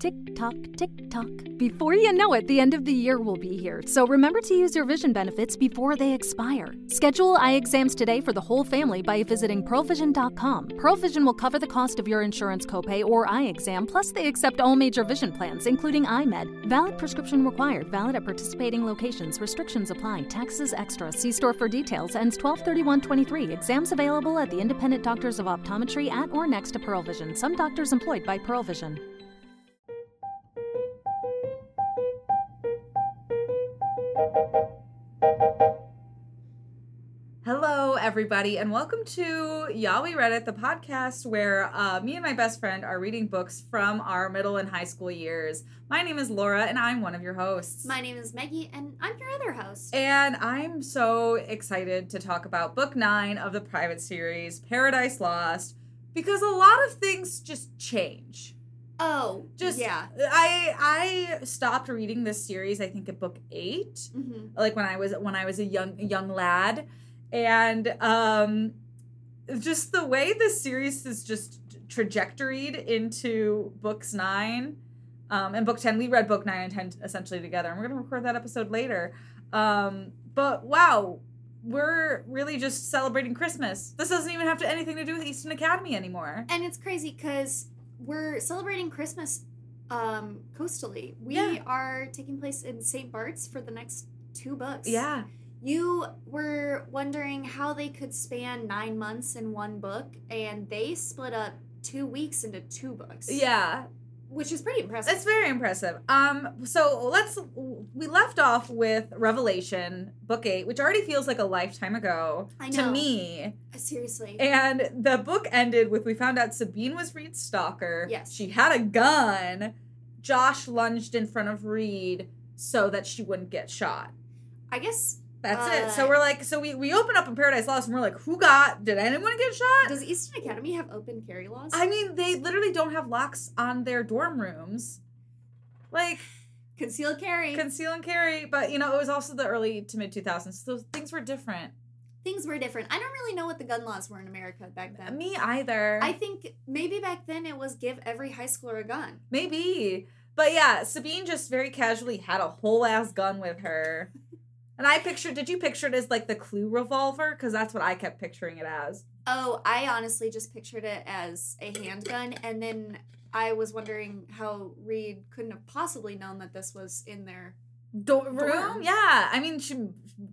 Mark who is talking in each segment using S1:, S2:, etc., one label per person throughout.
S1: Tick tock, tick tock. Before you know it, the end of the year will be here, so remember to use your vision benefits before they expire. Schedule eye exams today for the whole family by visiting ProVision.com. ProVision will cover the cost of your insurance copay or eye exam, plus, they accept all major vision plans, including iMed. Valid prescription required, valid at participating locations, restrictions apply, taxes extra. See store for details, ends 12 31 23. Exams available at the independent doctors of optometry at or next to Pearl Vision. Some doctors employed by Pearl Vision.
S2: Hello, everybody, and welcome to Yahweh Reddit, the podcast where uh, me and my best friend are reading books from our middle and high school years. My name is Laura, and I'm one of your hosts.
S3: My name is Maggie, and I'm your other host.
S2: and I'm so excited to talk about book nine of the private series, Paradise Lost, because a lot of things just change.
S3: oh,
S2: Just
S3: yeah.
S2: I I stopped reading this series, I think at book eight.
S3: hmm
S2: like when I was when I was a young young lad, and um, just the way this series is just trajectoried into books nine, um, and book ten. We read book nine and ten essentially together, and we're gonna record that episode later. Um, but wow, we're really just celebrating Christmas. This doesn't even have to anything to do with Easton Academy anymore.
S3: And it's crazy because we're celebrating Christmas um, coastally. We
S2: Yeah.
S3: are taking place in St. Bart's for the next two books.
S2: Yeah,
S3: You were wondering how they could span nine months in one book, and they split up two weeks into two books.
S2: yeah.
S3: Which is pretty impressive.
S2: It's very impressive. Um, so let's we left off with Revelation, book eight, which already feels like a lifetime ago
S3: I
S2: to
S3: know.
S2: me.
S3: Seriously.
S2: And the book ended with we found out Sabine was Reed's stalker.
S3: Yes.
S2: she had a gun. Josh lunged in front of Reed so that she wouldn't get shot.
S3: I guess,
S2: That's it.
S3: Uh,
S2: So we're like, so we we open up in Paradise Lost, and we're like, who got? Did anyone get shot?
S3: does Eastern Academy have open carry laws?
S2: I mean, they literally don't have locks on their dorm rooms. Like.
S3: Concealed carry.
S2: conceal and carry but you know it was also the early to mid 2000s so things were different
S3: things were different. I don't really know what the gun laws were in America back then.
S2: me either
S3: I think maybe back then it was give every high schooler a gun.
S2: maybe but yeah sabine just very casually had a whole ass gun with her and i pictured did you picture it as like the clue revolver because that's what i kept picturing it as
S3: Oh, I honestly just pictured it as a handgun, and then I was wondering how Reed couldn't have possibly known that this was in their.
S2: Dor- room?
S3: Dorm.
S2: yeah i mean she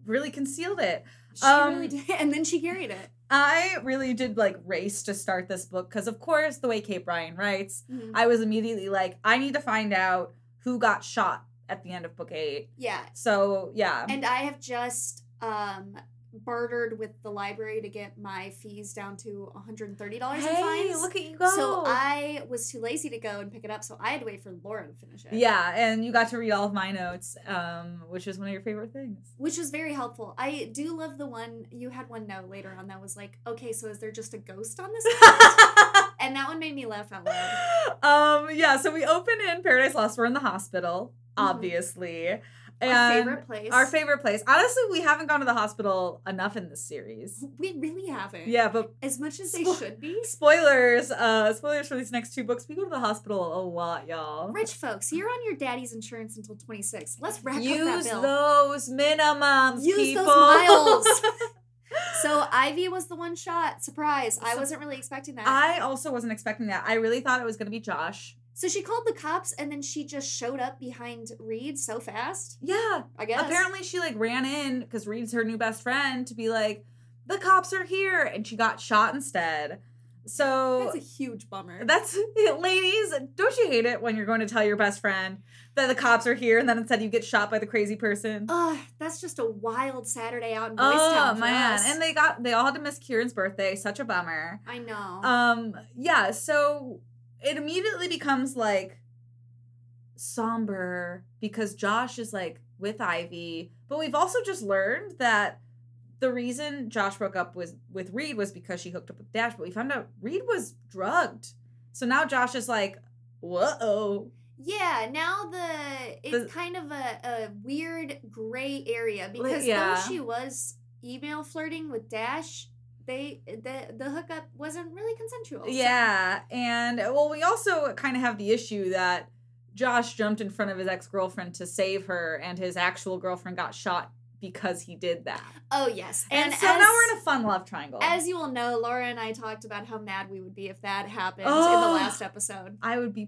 S2: really concealed it
S3: She really
S2: Um,
S3: did, and then she carried it.
S2: i really did like race to start this book because of course the way kate bryan writes
S3: Mhm.
S2: i was immediately like i need to find out who got shot at the end of book eight
S3: yeah,
S2: So yeah,
S3: and I have just um bartered with the library to get my fees down to one hundred and thirty dollars in
S2: hey,
S3: fines.
S2: look at you go.
S3: So I was too lazy to go and pick it up, so I had to wait for Lauren to finish it.
S2: yeah, and you got to read all of my notes, um, which is one of your favorite things.
S3: which was very helpful. I do love the one you had one note later on that was like, okay, so is there just a ghost on this island? and that one made me laugh out loud.
S2: um, yeah, so we open in Paradise Lost. We're in the hospital,
S3: Mhm.
S2: obviously, and
S3: Our favorite place.
S2: our favorite place. Honestly, we haven't gone to the hospital enough in this series.
S3: we really haven't.
S2: Yeah, but
S3: As much as they
S2: Spoil-
S3: should be.
S2: spoilers, uh, spoilers for these next two books. We go to the hospital a lot, y'all.
S3: Rich folks, you're on your daddy's insurance until 26. Let's rack up that
S2: Use
S3: bill.
S2: those minimums,
S3: Use
S2: people.
S3: those miles. so Ivy was the one shot. Surprise. I
S2: So-
S3: wasn't really expecting that.
S2: I also wasn't expecting that. I really thought it was going to be Josh.
S3: so she called the cops and then she just showed up behind Reed so fast.
S2: Yeah.
S3: I guess.
S2: Apparently, she like ran in because Reed's her new best friend to be like, the cops are here, and she got shot instead. So
S3: That's a huge bummer.
S2: that's, ladies. Don't you hate it when you're going to tell your best friend that the cops are here, and then instead you get shot by the crazy person?
S3: Ugh, that's just a wild Saturday out in Boys
S2: Oh,
S3: Town for
S2: man!
S3: us.
S2: And they got they all had to miss Kieran's birthday. Such a bummer.
S3: I know.
S2: Um, yeah, so it immediately becomes like somber because Josh is like with Ivy, but we've also just learned that the reason Josh broke up was with Reed was because she hooked up with Dash, but we found out Reed was drugged. So now Josh is like, whoa.
S3: yeah, now the it's
S2: The-
S3: kind of a, a weird gray area because
S2: yeah.
S3: though she was email flirting with Dash, they the the hookup wasn't really consensual. So-
S2: Yeah. And well, we also kind of have the issue that Josh jumped in front of his ex girlfriend to save her, and his actual girlfriend got shot because he did that.
S3: Oh yes,
S2: And, so now we're in a fun love triangle.
S3: as you will know, Laura and I talked about how mad we would be if that happened in the
S2: Oh.
S3: last episode.
S2: I would be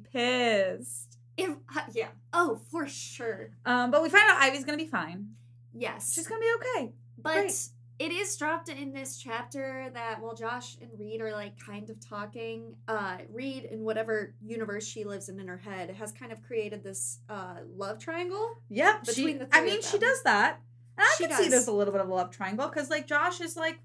S2: pissed.
S3: If yeah, oh for sure,
S2: Um, but we find out Ivy's gonna be fine.
S3: yes.
S2: She's gonna be okay.
S3: But
S2: Great.
S3: it is dropped in this chapter that while Josh and Reed are like kind of talking, uh, Reed in whatever universe she lives in in her head has kind of created this uh, love triangle.
S2: Yep.
S3: Between
S2: she,
S3: the
S2: I
S3: three
S2: mean,
S3: of
S2: she
S3: them.
S2: does that. And I
S3: She
S2: can see
S3: does.
S2: there's a little bit of a love triangle because, like, Josh is like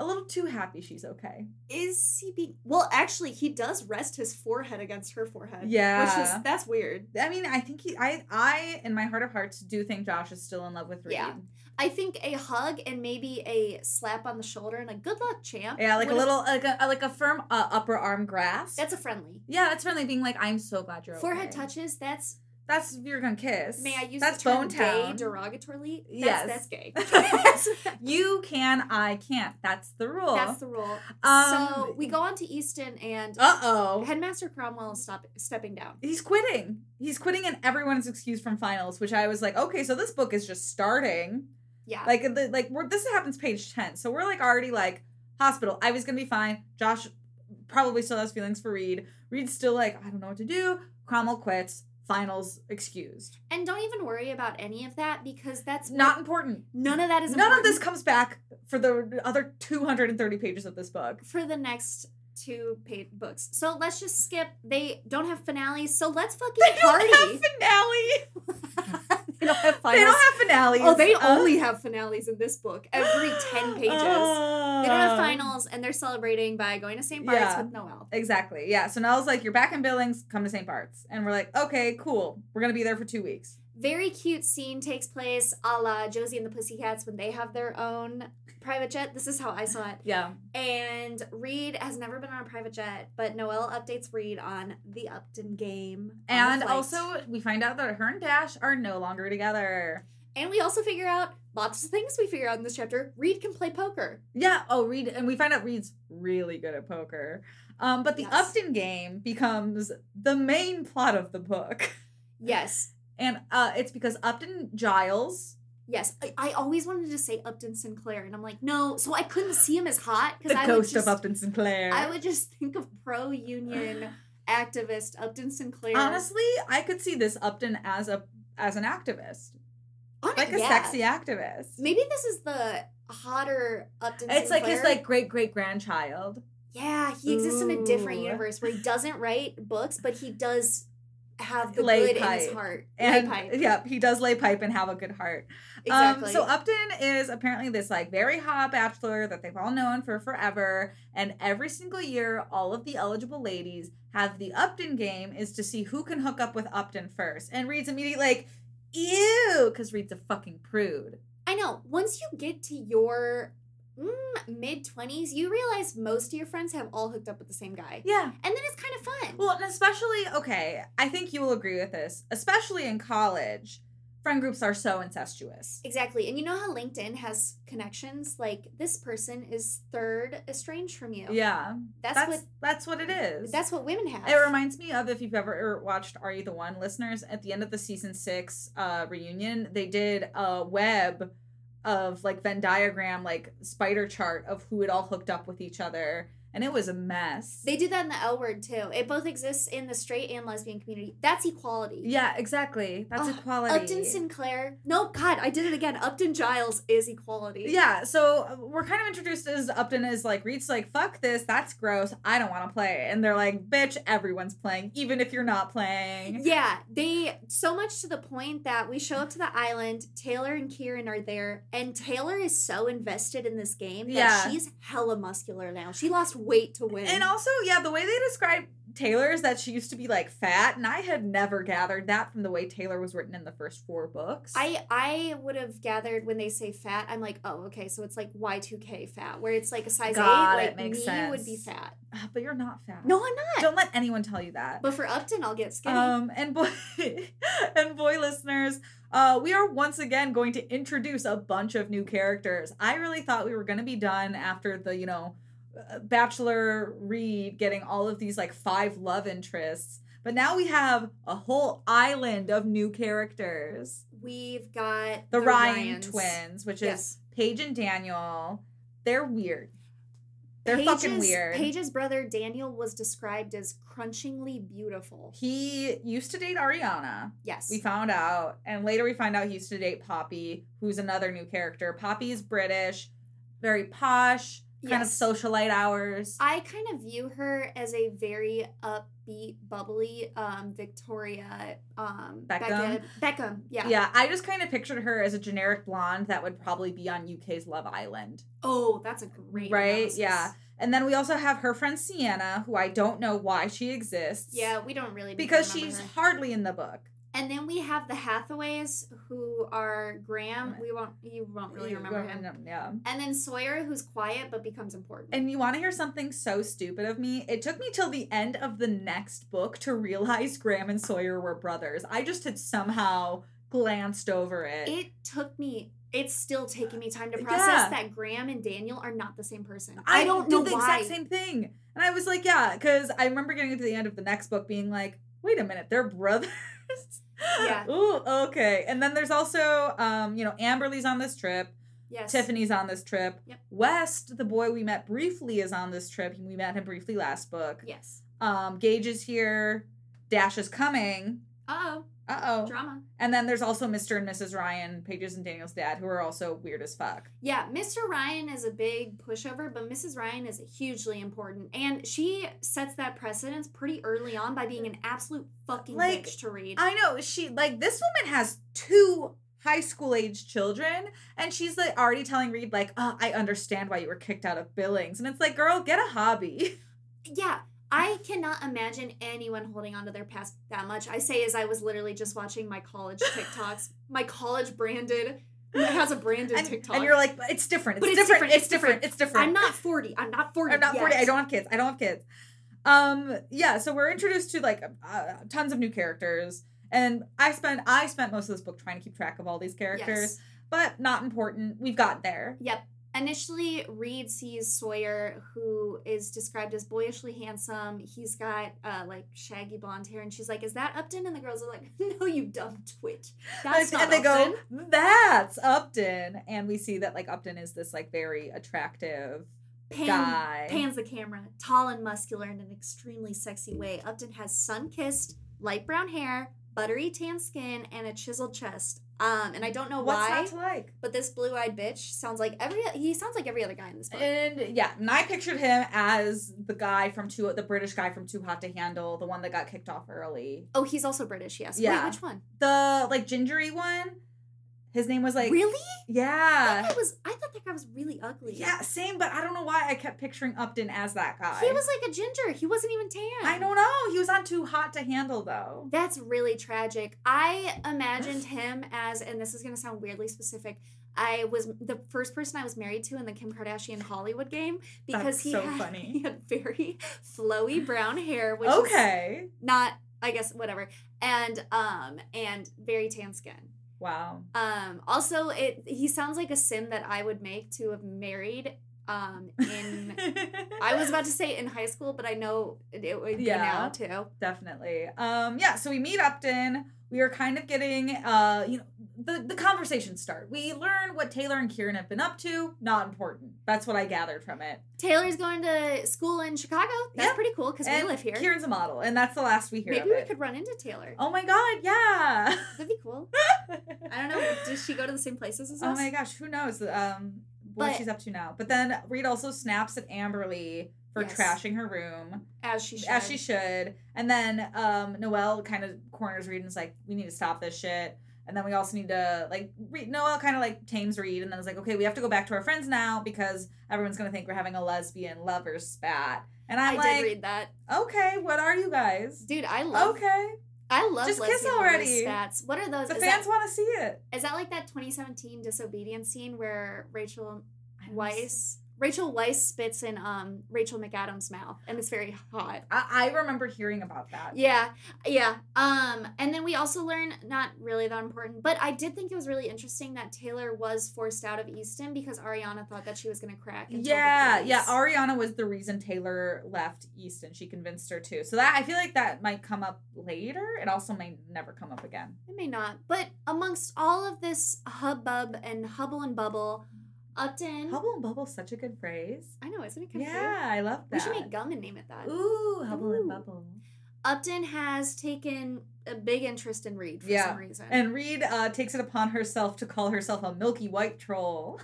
S2: a little too happy she's okay.
S3: Is he being well? Actually, he does rest his forehead against her forehead. which
S2: Yeah.
S3: is that's weird.
S2: I mean, I think he, I, I, in my heart of hearts, do think Josh is still in love with Reed.
S3: Yeah. I think a hug and maybe a slap on the shoulder and a good luck, champ.
S2: Yeah, like a
S3: would've-
S2: little, like a, like a firm uh, upper arm grasp.
S3: That's a friendly
S2: yeah, that's really being like, I'm so glad you're
S3: forehead
S2: okay.
S3: touches. That's
S2: That's you're gonna kiss.
S3: may I use
S2: that's
S3: the term
S2: bone
S3: gay
S2: town.
S3: derogatorily? That's,
S2: Yes.
S3: that's gay.
S2: you can, I can't. That's the rule.
S3: That's the rule. so
S2: Um,
S3: we go on to Easton, and
S2: Uh oh.
S3: Headmaster Cromwell is stop, stepping down.
S2: He's quitting. He's quitting, and everyone's excused from finals. Which I was like, okay, so this book is just starting.
S3: Yeah.
S2: Like, the, like we're, this happens page ten, so we're like already like hospital. I was gonna be fine. Josh probably still has feelings for Reed. Reed's still like, I don't know what to do. Cromwell quits. Finals excused.
S3: and don't even worry about any of that because that's
S2: It's not important.
S3: none of that is
S2: None of this
S3: important
S2: comes back for the other two hundred and thirty pages of this book.
S3: for the next two paid books. So let's just skip. They don't have finales, so let's fucking party.
S2: They don't have finale.
S3: they don't have
S2: They don't have finales.
S3: oh, they
S2: Uh,
S3: only have finales in this book. Every ten pages. they don't have
S2: Oh.
S3: finals, and they're celebrating by going to St. Bart's
S2: Yeah.
S3: with Noel.
S2: Exactly. Yeah. So Nell's like, you're back in Billings, come to St. Bart's. And we're like, okay, cool. We're going to be there for two weeks.
S3: very cute scene takes place a la Josie and the Pussycats when they have their own private jet. This is how I saw it.
S2: Yeah.
S3: And Reed has never been on a private jet, but Noelle updates Reed on the Upton game. on the
S2: And
S3: flight.
S2: also, we find out that her and Dash are no longer together.
S3: And we also figure out lots of things we figure out in this chapter. Reed can play poker.
S2: Yeah. Oh, Reed. And we find out Reed's really good at poker. Um, but the
S3: Yes.
S2: Upton game becomes the main plot of the book.
S3: Yes.
S2: And uh, it's because Upton Giles,
S3: Yes. I, I always wanted to say Upton Sinclair, and I'm like, no. So I couldn't see him as hot
S2: the
S3: I would
S2: ghost
S3: just,
S2: of Upton Sinclair.
S3: I would just think of pro union activist Upton Sinclair.
S2: Honestly, I could see this Upton as a as an activist,
S3: Hon-
S2: like a
S3: yeah.
S2: sexy activist.
S3: Maybe this is the hotter Upton.
S2: It's like his
S3: Sinclair.
S2: like great great grandchild.
S3: yeah, he exists in a different
S2: Ooh.
S3: universe where he doesn't write books, but he does have the
S2: Lay
S3: good in
S2: pipe.
S3: his heart.
S2: And
S3: lay pipe.
S2: yeah, he does lay pipe and have a good heart.
S3: exactly.
S2: Um, so Upton is apparently this like very hot bachelor that they've all known for forever, and every single year, all of the eligible ladies have the Upton game is to see who can hook up with Upton first. And Reed's immediately like, "Ew," because Reed's a fucking prude.
S3: I know. Once you get to your mm, mid twenties, you realize most of your friends have all hooked up with the same guy,
S2: Yeah,
S3: and then it's kind of fun.
S2: Well, and especially, okay, I think you will agree with this, especially in college, friend groups are so incestuous.
S3: Exactly. And you know how LinkedIn has connections? Like this person is third estranged from you.
S2: Yeah.
S3: That's,
S2: That's
S3: what
S2: that's what it is.
S3: that's what women have.
S2: it reminds me of if you've ever er, watched Are You the One listeners, at the end of the season six uh reunion, they did a web of like Venn diagram, like spider chart of who had all hooked up with each other. And it was a mess.
S3: They do that in the L word too. It both exists in the straight and lesbian community. That's equality.
S2: yeah, exactly. That's
S3: Ugh,
S2: equality.
S3: Oh, Upton Sinclair. No, God, I did it again. Upton Giles is equality.
S2: Yeah, so uh, we're kind of introduced as Upton is like Reed's like fuck this, that's gross, I don't want to play, and they're like bitch, everyone's playing, even if you're not playing.
S3: Yeah, they so much to the point that we show up to the island. Taylor and Kieran are there, and Taylor is so invested in this game that
S2: Yeah.
S3: she's hella muscular now. She lost weight to win.
S2: And also, yeah, the way they describe Taylor is that she used to be like fat, and I had never gathered that from the way Taylor was written in the first four books.
S3: I I would have gathered when they say fat, I'm like, oh, okay, so it's like Y2K fat, where it's like a size
S2: God,
S3: eight,
S2: it
S3: like
S2: makes
S3: me would be
S2: sense.
S3: fat.
S2: Ugh, Uh, but you're not fat.
S3: No, I'm not.
S2: don't let anyone tell you that.
S3: But for Upton, I'll get skinny.
S2: Um, and boy, and boy, listeners, uh, we are once again going to introduce a bunch of new characters. I really thought we were going to be done after the, you know, uh, Bachelor Reed getting all of these like five love interests, But now we have a whole island of new characters.
S3: We've got
S2: The, Ryan
S3: Ryans.
S2: twins, which is
S3: Yes.
S2: Paige and Daniel. They're weird. They're fucking
S3: Paige's-
S2: weird.
S3: Paige's brother Daniel was described as crunchingly beautiful.
S2: He used to date Ariana.
S3: Yes.
S2: We found out, and later we find out he used to date Poppy, who's another new character. Poppy is British, very posh, kind
S3: Yes.
S2: of socialite hours.
S3: I kind of view her as a very upbeat, bubbly um, Victoria um,
S2: Beckham?
S3: Becca- Beckham, yeah.
S2: I just kind of pictured her as a generic blonde that would probably be on UK's Love Island.
S3: Oh, that's a great.
S2: Right?
S3: analysis.
S2: Yeah. And then we also have her friend Sienna, who I don't know why she exists.
S3: Yeah, we don't really need to
S2: Because
S3: remember
S2: she's
S3: her.
S2: hardly in the book.
S3: And then we have the Hathaways, who are Graham. We won't. You won't really
S2: You
S3: remember
S2: don't
S3: him.
S2: know- Yeah.
S3: And then Sawyer, who's quiet but becomes important.
S2: And you want to hear something so stupid of me? It took me till the end of the next book to realize Graham and Sawyer were brothers. I just had somehow glanced over it.
S3: it took me. It's still taking me time to
S2: Yeah.
S3: process that Graham and Daniel are not the same person.
S2: I,
S3: I, don't
S2: did
S3: know
S2: the
S3: why.
S2: exact same thing. And I was like, yeah, because I remember getting to the end of the next book being like, wait a minute, they're brothers.
S3: Yeah.
S2: Ooh, okay. And then there's also, um, you know, Amberly's on this trip.
S3: yes.
S2: Tiffany's on this trip.
S3: Yep.
S2: West, the boy we met briefly, is on this trip. We met him briefly last book.
S3: Yes.
S2: Um, Gage is here. Dash is coming.
S3: Oh,
S2: Uh oh.
S3: drama.
S2: And then there's also Mr. and Mrs. Ryan, Pages and Daniel's dad, who are also weird as fuck.
S3: Yeah, Mr. Ryan is a big pushover, but Mrs. Ryan is hugely important, and she sets that precedence pretty early on by being an absolute fucking
S2: Like,
S3: bitch to read.
S2: I know she like this woman has two high school age children, and she's like already telling Reed like, oh, I understand why you were kicked out of Billings, and it's like, girl, get a hobby.
S3: yeah i cannot imagine anyone holding on to their past that much i say as i was literally just watching my college tiktoks my college branded it has a branded
S2: and,
S3: tiktok
S2: and you're like, but it's different. It's,
S3: But it's
S2: different.
S3: different,
S2: It's
S3: it's
S2: different.
S3: different.
S2: It's different.
S3: i'm not 40 i'm not 40
S2: I'm not
S3: yet.
S2: 40. I don't have kids. I don't have kids. Um, yeah, so we're introduced to like uh, tons of new characters. And I spent I spent most of this book trying to keep track of all these characters,
S3: Yes.
S2: but not important. We've got there.
S3: yep initially reed sees sawyer who is described as boyishly handsome he's got uh, like shaggy blonde hair and she's like is that upton and the girls are like no you dumb twit that's not
S2: and they
S3: upton.
S2: go, "That's Upton," and we see that like Upton is this like very attractive
S3: Pan,
S2: guy.
S3: pans the camera, tall and muscular in an extremely sexy way. Upton has sun-kissed, light brown hair, buttery tan skin, and a chiseled chest. Um, and I don't know
S2: What's
S3: why,
S2: not to like?
S3: but this blue-eyed bitch sounds like every he sounds like every other guy in this book.
S2: And yeah, and I pictured him as the guy from Too the British guy from Too Hot to Handle, the one that got kicked off early.
S3: oh, he's also British. Yes.
S2: Yeah.
S3: Wait, which one?
S2: the like gingery one. His name was like
S3: really?
S2: yeah,
S3: that guy was. I thought that guy was really ugly.
S2: yeah, same. But I don't know why I kept picturing Upton as that guy.
S3: He was like a ginger. He wasn't even tan.
S2: I don't know. He was on Too Hot to Handle though.
S3: That's really tragic. I imagined him as, and this is going to sound weirdly specific. I was the first person I was married to in the Kim Kardashian Hollywood game because
S2: That's
S3: he
S2: so
S3: had
S2: funny.
S3: he had very flowy brown hair, which is
S2: okay.
S3: not, I guess, whatever, and um and very tan skin.
S2: Wow.
S3: Um, also, it he sounds like a sim that I would make to have married. Um, in I was about to say in high school, but I know it, it would be
S2: Yeah.
S3: now too.
S2: definitely. Um, yeah. So we meet Upton. We are kind of getting uh, you know, the the conversations start. We learn what Taylor and Kieran have been up to. Not important. That's what I gathered from it.
S3: Taylor's going to school in Chicago. That's
S2: Yep.
S3: pretty cool because we
S2: And
S3: live here.
S2: Kieran's a model, and that's the last we hear
S3: Maybe
S2: of
S3: we
S2: it.
S3: could run into Taylor.
S2: Oh my god, yeah.
S3: That'd be cool. I don't know. Does she go to the same places as
S2: Oh
S3: us?
S2: my gosh, who knows um, what
S3: But-
S2: she's up to now? But then Reed also snaps at Amberly for
S3: Yes.
S2: trashing her room
S3: As she should.
S2: as she should, and then um, Noelle kind of corners Reed and is like, "We need to stop this shit." And then we also need to like Reed, Noelle kind of like tames Reed, and then is like, "Okay, we have to go back to our friends now because everyone's gonna think we're having a lesbian lovers spat." And
S3: I
S2: I'm
S3: did
S2: like,
S3: read that.
S2: "Okay, what are you guys?"
S3: Dude, I love
S2: Okay,
S3: I love
S2: Just
S3: lesbian
S2: kiss
S3: lover
S2: already.
S3: spats. What are those?
S2: the
S3: is,
S2: fans
S3: that,
S2: want to see it.
S3: is that like that 2017 disobedience scene where Rachel
S2: I don't see-
S3: Weiss Rachel Weisz spits in um Rachel McAdams' mouth, and it's very hot.
S2: I, I remember hearing about that.
S3: Yeah, yeah. Um, and then we also learn not really that important, but I did think it was really interesting that Taylor was forced out of Easton because Ariana thought that she was gonna crack. and tell the
S2: Yeah, yeah.
S3: police.
S2: Ariana was the reason Taylor left Easton. She convinced her to. So that I feel like that might come up later. It also may never come up again.
S3: It may not, but amongst all of this hubbub and hubble and bubble, Upton.
S2: Hubble and bubble's such a good phrase.
S3: I know, isn't it? Kind of weird?
S2: Yeah, I love
S3: We
S2: that.
S3: should make gum and name it that.
S2: Ooh, hubble
S3: Ooh.
S2: and bubble.
S3: Upton has taken a big interest in Reed for
S2: Yeah,
S3: some reason.
S2: And Reed uh, takes it upon herself to call herself a milky white troll.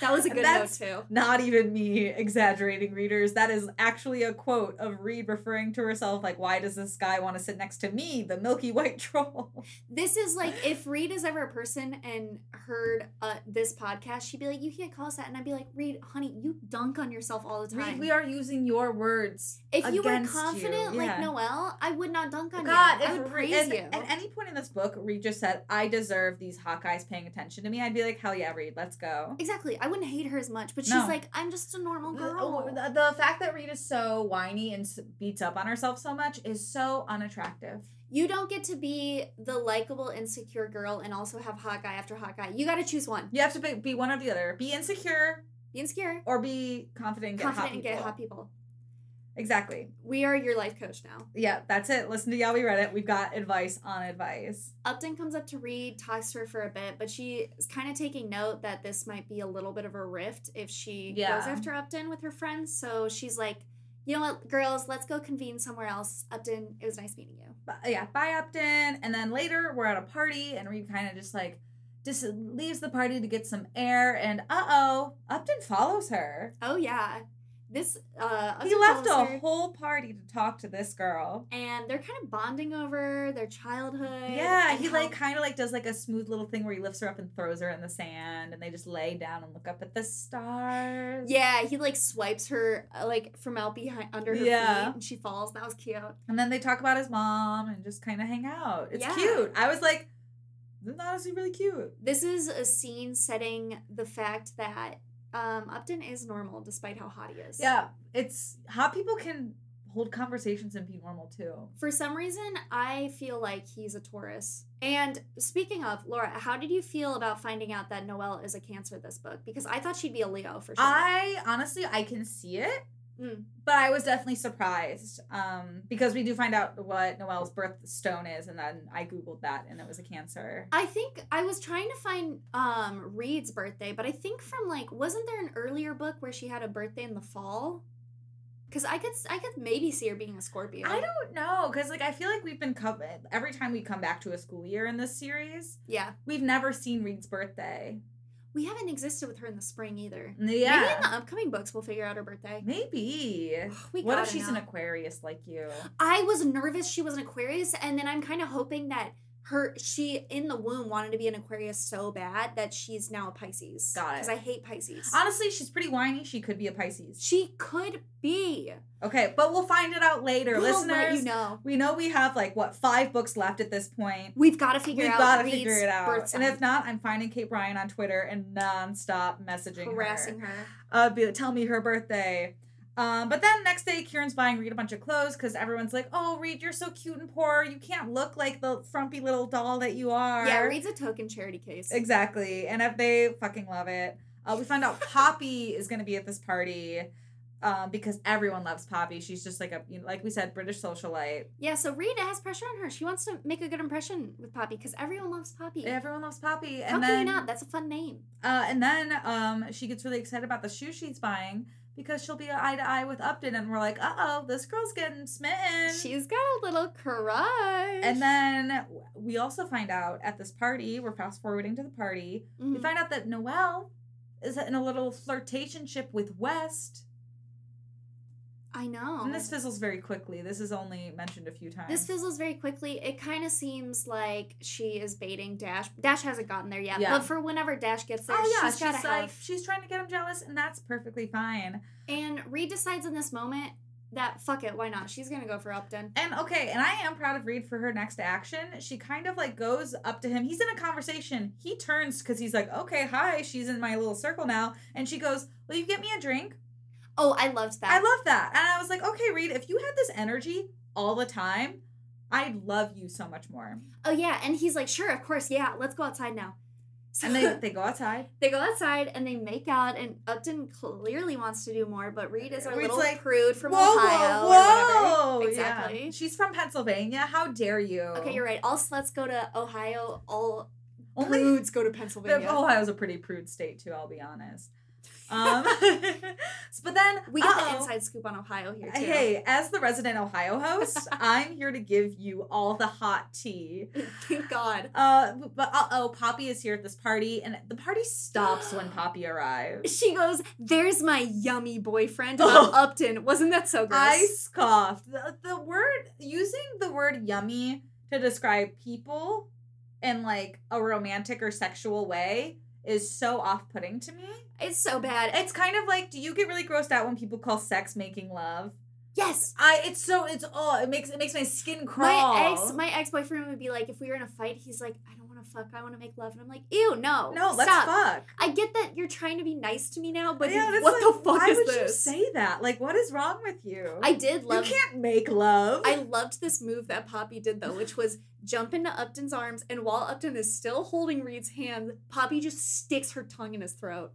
S3: that was a good note
S2: that's-
S3: too.
S2: Not even me exaggerating, readers. That is actually a quote of Reed referring to herself, like, why does this guy want to sit next to me, the milky white troll?
S3: This is like if Reed is ever a person and heard uh, this podcast, she'd be like, "You can't call us that," and I'd be like, "Reed, honey, you dunk on yourself all the time.
S2: Reed, we are using your words.
S3: if you were
S2: against you,
S3: confident like
S2: yeah.
S3: Noelle, I would not dunk on
S2: God,
S3: you. I
S2: if
S3: would
S2: Reed-
S3: praise
S2: and-
S3: you.
S2: At any point in this book, Reed just said, I deserve these Hawkeyes paying attention to me. I'd be like, hell yeah, Reed, let's go.
S3: exactly. I wouldn't hate her as much, but she's
S2: No.
S3: like, "I'm just a normal
S2: The, oh,
S3: girl."
S2: the- the fact that Reed is so whiny and s- beats up on herself so much is so unattractive.
S3: you don't get to be the likable insecure girl and also have hot guy after hot guy. You got to choose one.
S2: You have to be, be one or the other. Be insecure
S3: Be insecure,
S2: or be confident and get
S3: confident,
S2: hot
S3: and
S2: people.
S3: get hot people.
S2: Exactly.
S3: We are your life coach now.
S2: Yeah, that's it. Listen to Yahweh Reddit. We've got advice on advice.
S3: Upton comes up to Reed, talks to her for a bit, but she is kind of taking note that this might be a little bit of a rift if she
S2: Yeah.
S3: goes after Upton with her friends. So she's like, you know what, girls, let's go convene somewhere else. Upton, it was nice meeting you.
S2: But, yeah, bye Upton. And then later we're at a party and Reed kind of just like just leaves the party to get some air and uh-oh, Upton follows her.
S3: Oh, yeah. This, uh,
S2: he
S3: Upton
S2: left
S3: follows
S2: a
S3: her,
S2: whole party to talk to this girl.
S3: And they're kind of bonding over their childhood.
S2: Yeah,
S3: and
S2: he
S3: how-
S2: like kind of like does like a smooth little thing where he lifts her up and throws her in the sand and they just lay down and look up at the stars.
S3: Yeah, he like swipes her uh, like from out behind under her
S2: Yeah.
S3: feet and she falls. That was cute.
S2: And then they talk about his mom and just kind of hang out. It's
S3: Yeah.
S2: cute. I was like, this is honestly really cute.
S3: This is a scene setting the fact that um, Upton is normal despite how hot he is.
S2: Yeah, it's hot people can hold conversations and be normal too.
S3: For some reason, I feel like he's a Taurus. And speaking of, Laura, how did you feel about finding out that Noelle is a Cancer this book? Because I thought she'd be a Leo for sure.
S2: I honestly, I can see it,
S3: Mm.
S2: but I was definitely surprised um, because we do find out what Noelle's birth stone is, and then I googled that, and it was a Cancer.
S3: I think I was trying to find um, Reed's birthday, but I think from like wasn't there an earlier book where she had a birthday in the fall? Because I could I could maybe see her being a Scorpio.
S2: I don't know because like I feel like we've been covered every time we come back to a school year in this series.
S3: Yeah,
S2: We've never seen Reed's birthday.
S3: we haven't existed with her in the spring either. Maybe in
S2: Yeah,
S3: the upcoming books we'll figure out her birthday.
S2: maybe.
S3: We
S2: What if
S3: gotta
S2: she's
S3: know.
S2: an Aquarius like you?
S3: I was nervous she was an Aquarius, and then I'm kind of hoping that her she in the womb wanted to be an Aquarius so bad that she's now a Pisces.
S2: Got it.
S3: Because I hate Pisces.
S2: Honestly, she's pretty whiny. She could be a Pisces.
S3: she could be.
S2: Okay, but we'll find it out later,
S3: We'll
S2: listeners.
S3: let you know.
S2: We know we have like what five books left at this point.
S3: We've got to figure
S2: We've
S3: out.
S2: got to
S3: Reed's
S2: figure it
S3: birth
S2: out. And
S3: sign.
S2: if not, I'm finding Kate Bryan on Twitter and nonstop messaging
S3: harassing
S2: her.
S3: her.
S2: Uh, be like, tell me her birthday. Um, but then next day, Kieran's buying Reed a bunch of clothes because everyone's like, "Oh, Reed, you're so cute and poor. You can't look like the frumpy little doll that you are."
S3: Yeah, Reed's a token charity case.
S2: Exactly. And if they fucking love it. Uh, we find out Poppy is going to be at this party um, because everyone loves Poppy. She's just like a, you know, like we said, British socialite.
S3: Yeah, so Reed has pressure on her. She wants to make a good impression with Poppy because everyone loves Poppy.
S2: Everyone loves Poppy. And
S3: How can
S2: then,
S3: you not? That's a fun name.
S2: Uh, and then um, she gets really excited about the shoe she's buying because she'll be eye to eye with Upton. And we're like, uh oh, this girl's getting smitten.
S3: She's got a little crush.
S2: and then we also find out at this party, we're fast forwarding to the party, we
S3: Mhm.
S2: find out that Noelle is in a little flirtationship with West.
S3: I know.
S2: And this fizzles very quickly. This is only mentioned a few times.
S3: This fizzles very quickly. It kind of seems like she is baiting Dash. Dash hasn't gotten there yet,
S2: Yeah.
S3: but for whenever Dash gets there,
S2: oh yeah,
S3: she's gotta
S2: she's like
S3: have.
S2: she's trying to get him jealous, and that's perfectly fine.
S3: And Reed decides in this moment, that fuck it, why not? She's gonna go for Upton.
S2: And okay, and I am proud of Reed for her next action. She kind of like goes up to him. He's in a conversation. He turns because he's like, okay, hi, she's in my little circle now. And she goes, Will you get me a drink?
S3: Oh, I loved that.
S2: I love that. And I was like, okay, Reed, if you had this energy all the time, I'd love you so much more.
S3: oh yeah, and he's like, sure, of course, yeah, let's go outside now. So
S2: And they, they go outside.
S3: They go outside and they make out, and Upton clearly wants to do more, but Reed is our
S2: Reed's
S3: little
S2: like,
S3: prude from
S2: whoa, whoa,
S3: Ohio. or
S2: whoa.
S3: whatever.
S2: Yeah.
S3: Exactly.
S2: She's from Pennsylvania. How dare you?
S3: Okay, you're right. All sluts go to Ohio. All
S2: Only
S3: prudes go to
S2: the,
S3: Pennsylvania.
S2: Ohio's a pretty prude state too, I'll be honest. Um, but then
S3: we get
S2: uh-oh. Uh,
S3: the inside scoop on Ohio here too.
S2: Hey, as the resident Ohio host, I'm here to give you all the hot tea.
S3: Thank God.
S2: Uh, but uh oh, Poppy is here at this party, and the party stops when Poppy arrives.
S3: She goes, "There's my yummy boyfriend about
S2: Oh.
S3: Upton." Wasn't that so gross?
S2: I scoffed. The, the word using the word yummy to describe people in like a romantic or sexual way is so off-putting to me.
S3: It's so bad.
S2: It's kind of like, do you get really grossed out when people call sex making love?
S3: yes.
S2: I it's so it's oh it makes it makes my skin crawl.
S3: My ex, my ex boyfriend would be like, if we were in a fight, he's like, I don't want to fuck, I want to make love, and I'm like, ew, no,
S2: no, let's
S3: stop.
S2: fuck.
S3: I get that you're trying to be nice to me now, but
S2: Yeah, that's
S3: what
S2: like,
S3: the fuck
S2: why
S3: is
S2: would you
S3: this?
S2: say that? Like, what is wrong with you?
S3: I did love.
S2: you can't make love.
S3: I loved this move that Poppy did though, which was jump into Upton's arms, and while Upton is still holding Reed's hand, Poppy just sticks her tongue in his throat.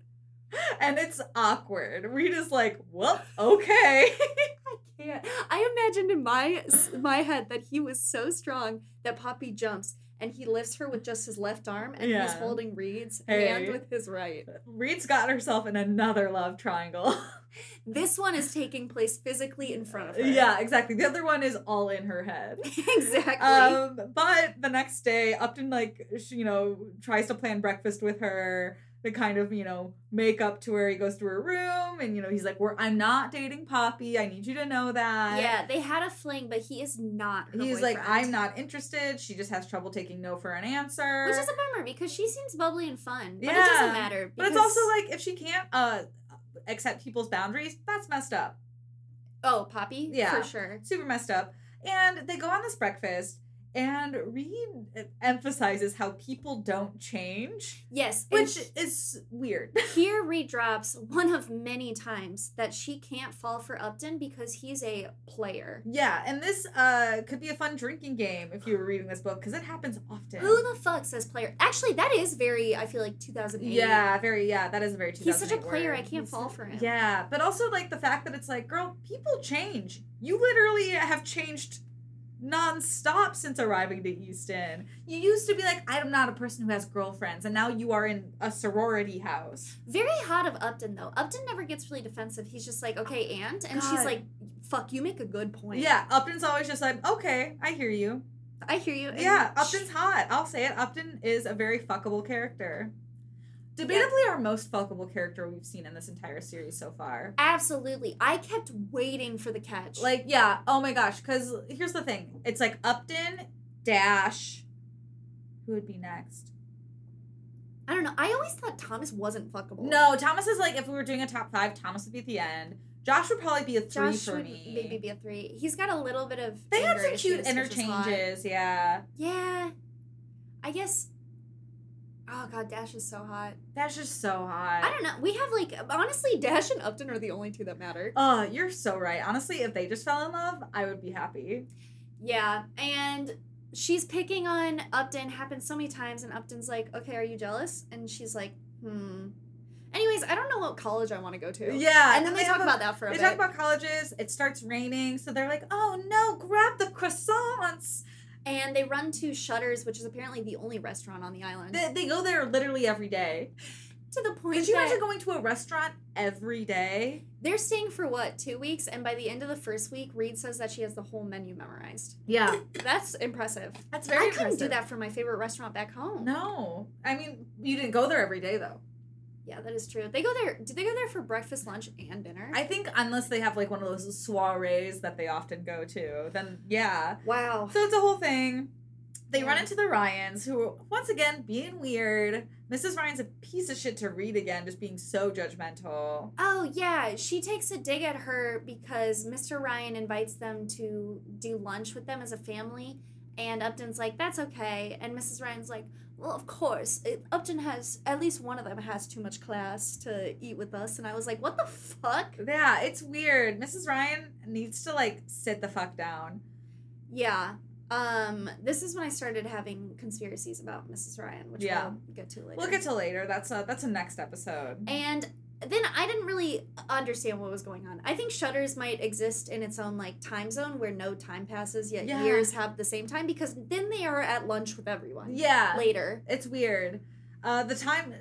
S2: and it's awkward. Reed is like, well, okay.
S3: Yeah, I imagined in my my head that he was so strong that Poppy jumps and he lifts her with just his left arm, and he's
S2: Yeah.
S3: holding Reed's
S2: Hey.
S3: hand with his right.
S2: Reed's got herself in another love triangle.
S3: This one is taking place physically in front of her.
S2: yeah, exactly. The other one is all in her head.
S3: exactly.
S2: Um, but the next day, Upton like sh- you know tries to plan breakfast with her to kind of you know make up to her. He goes to her room and you know he's like, "We're I'm not dating Poppy. I need you to know that."
S3: yeah, they had a fling, but he is not. Her
S2: He's like,
S3: boyfriend.
S2: I'm not interested. She just has trouble taking no for an answer.
S3: Which is a bummer because she seems bubbly and fun, but it
S2: Yeah,
S3: doesn't matter.
S2: but it's
S3: because-
S2: also like if she can't uh accept people's boundaries, that's messed up.
S3: oh, Poppy,
S2: Yeah.
S3: for sure.
S2: Super messed up. And they go on this breakfast and Reed emphasizes how people don't change,
S3: Yes, and
S2: which is weird.
S3: here Reed drops one of many times that she can't fall for Upton because he's a player.
S2: Yeah, and this uh could be a fun drinking game if you were reading this book because it happens often.
S3: Who the fuck says player? Actually, that is very. I feel like 2008.
S2: yeah, very yeah, that is a very
S3: he's such a
S2: 2008
S3: player. I
S2: word.
S3: can't
S2: He's-
S3: fall for him.
S2: Yeah, but also like the fact that it's like, girl, people change. You literally have changed nonstop since arriving to Easton. You used to be like, I'm not a person who has girlfriends, and now you are in a sorority house.
S3: Very hot of Upton though. Upton never gets really defensive. He's just like, okay, and and
S2: God.
S3: she's like, fuck, you make a good point.
S2: Yeah, Upton's always just like, okay, I hear you.
S3: I hear you. and
S2: Yeah,
S3: sh-
S2: Upton's hot. I'll say it. Upton is a very fuckable character. Debatably our most fuckable character we've seen in this entire series so far.
S3: Absolutely. I kept waiting for the catch.
S2: Like, yeah, oh my gosh, because here's the thing. It's like Upton, Dash. Who would be next?
S3: I don't know. I always thought Thomas wasn't fuckable.
S2: No, Thomas is like, if we were doing a top five, Thomas would be at the end. Josh would probably be a three
S3: Josh
S2: for
S3: would
S2: me.
S3: maybe be a three. He's got a little bit of.
S2: They had
S3: anger
S2: some cute
S3: issues, which is hot.
S2: interchanges, yeah.
S3: Yeah. I guess. Oh god, Dash is so hot.
S2: That's just so
S3: I
S2: hot.
S3: don't know. We have like honestly, Dash and Upton are the only two that matter.
S2: Oh, you're so right. Honestly, if they just fell in love, I would be happy.
S3: Yeah, and she's picking on Upton. Happens so many times, and Upton's like, "Okay, are you jealous?" And she's like, "Hmm." Anyways, I don't know what college I want to go to.
S2: Yeah.
S3: and then they, talk
S2: have a-
S3: about that for a
S2: They
S3: bit.
S2: talk about colleges. It starts raining, so they're like, "Oh no, grab the croissants."
S3: and they run to Shutters, which is apparently the only restaurant on the island.
S2: They, they go there literally every day.
S3: to the point
S2: Could you
S3: that
S2: imagine going to a restaurant every day?
S3: they're staying for what two weeks, and by the end of the first week, Reed says that she has the whole menu memorized.
S2: Yeah,
S3: That's impressive.
S2: that's very.
S3: I couldn't
S2: impressive.
S3: do that for my favorite restaurant back home.
S2: No, I mean you didn't go there every day though.
S3: Yeah, that is true. They go there. Do they go there for breakfast, lunch, and dinner?
S2: I think unless they have like one of those soirees that they often go to, then yeah.
S3: wow.
S2: So it's a whole thing. They run
S3: Yeah.
S2: into the Ryans, who are once again being weird. Mrs. Ryan's a piece of shit to read again, just being so judgmental.
S3: Oh, yeah. She takes a dig at her because Mr. Ryan invites them to do lunch with them as a family. And Upton's like, that's okay. And Mrs. Ryan's like, well, of course. It, Upton has, at least one of them has too much class to eat with us. And I was like, what the fuck?
S2: Yeah, it's weird. Mrs. Ryan needs to like sit the fuck down.
S3: Yeah. Um, this is when I started having conspiracies about Mrs. Ryan, which
S2: Yeah.
S3: we'll get to later.
S2: We'll get to later. That's a that's a next episode.
S3: And then I didn't really understand what was going on. I think Shutters might exist in its own like time zone where no time passes yet
S2: Yeah.
S3: years have the same time because then they are at lunch with everyone.
S2: yeah,
S3: Later.
S2: it's weird. Uh, the time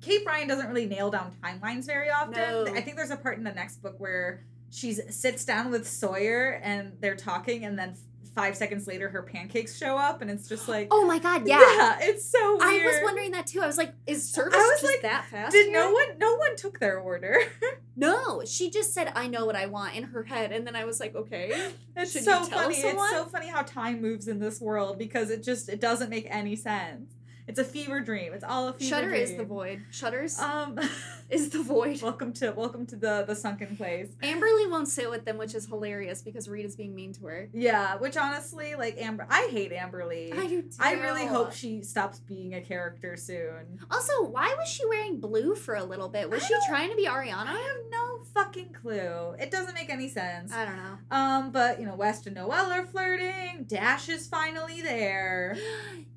S2: Kate Ryan doesn't really nail down timelines very often.
S3: No.
S2: I think there's a part in the next book where she sits down with Sawyer and they're talking, and then f- five seconds later her pancakes show up, and it's just like,
S3: Oh my god, yeah.
S2: it's so weird.
S3: I was wondering that too. I was like, is service
S2: was
S3: just
S2: like,
S3: that fast?
S2: Did
S3: here?
S2: no one? No one took their order.
S3: No, she just said, I know what I want in her head. And then I was like, okay.
S2: It's
S3: Should
S2: so
S3: you tell
S2: funny.
S3: someone?
S2: It's so funny how time moves in this world because it just it doesn't make any sense. It's a fever dream. It's all a fever
S3: Shutter
S2: dream.
S3: is the void. Shutters
S2: Um,
S3: is the void.
S2: welcome to welcome to the the sunken place.
S3: Amberly won't sit with them, which is hilarious because Reed is being mean to her.
S2: Yeah, which honestly, like Amber, I hate Amberly.
S3: I do
S2: I really
S3: too.
S2: hope she stops being a character soon.
S3: Also, why was she wearing blue for a little bit? Was
S2: I
S3: she
S2: don't-
S3: trying to be
S2: I
S3: Ariana?
S2: have no fucking clue. It doesn't make any sense.
S3: I don't know.
S2: Um, but you know, West and Noel are flirting. Dash is finally there.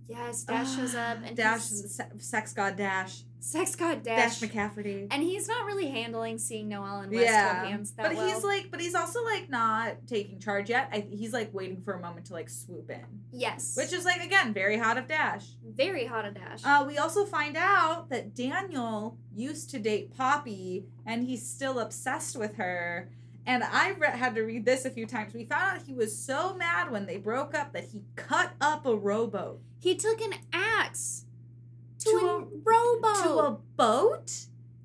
S3: Yes, Dash shows up and
S2: Ah, Dash
S3: he's-
S2: is se- sex god Dash.
S3: sex god Dash.
S2: Dash, McCafferty.
S3: and he's not really handling seeing Noel and West
S2: Yeah,
S3: hold hands that
S2: But
S3: well.
S2: he's like, but he's also like not taking charge yet. I, he's like waiting for a moment to like swoop in,
S3: yes,
S2: which is like again very hot of Dash.
S3: very hot of Dash.
S2: Uh, we also find out that Daniel used to date Poppy and he's still obsessed with her. And I re- had to read this a few times. We found out he was so mad when they broke up that he cut up a rowboat
S3: he took an axe to,
S2: To
S3: a,
S2: a-
S3: rowboat.
S2: to a boat.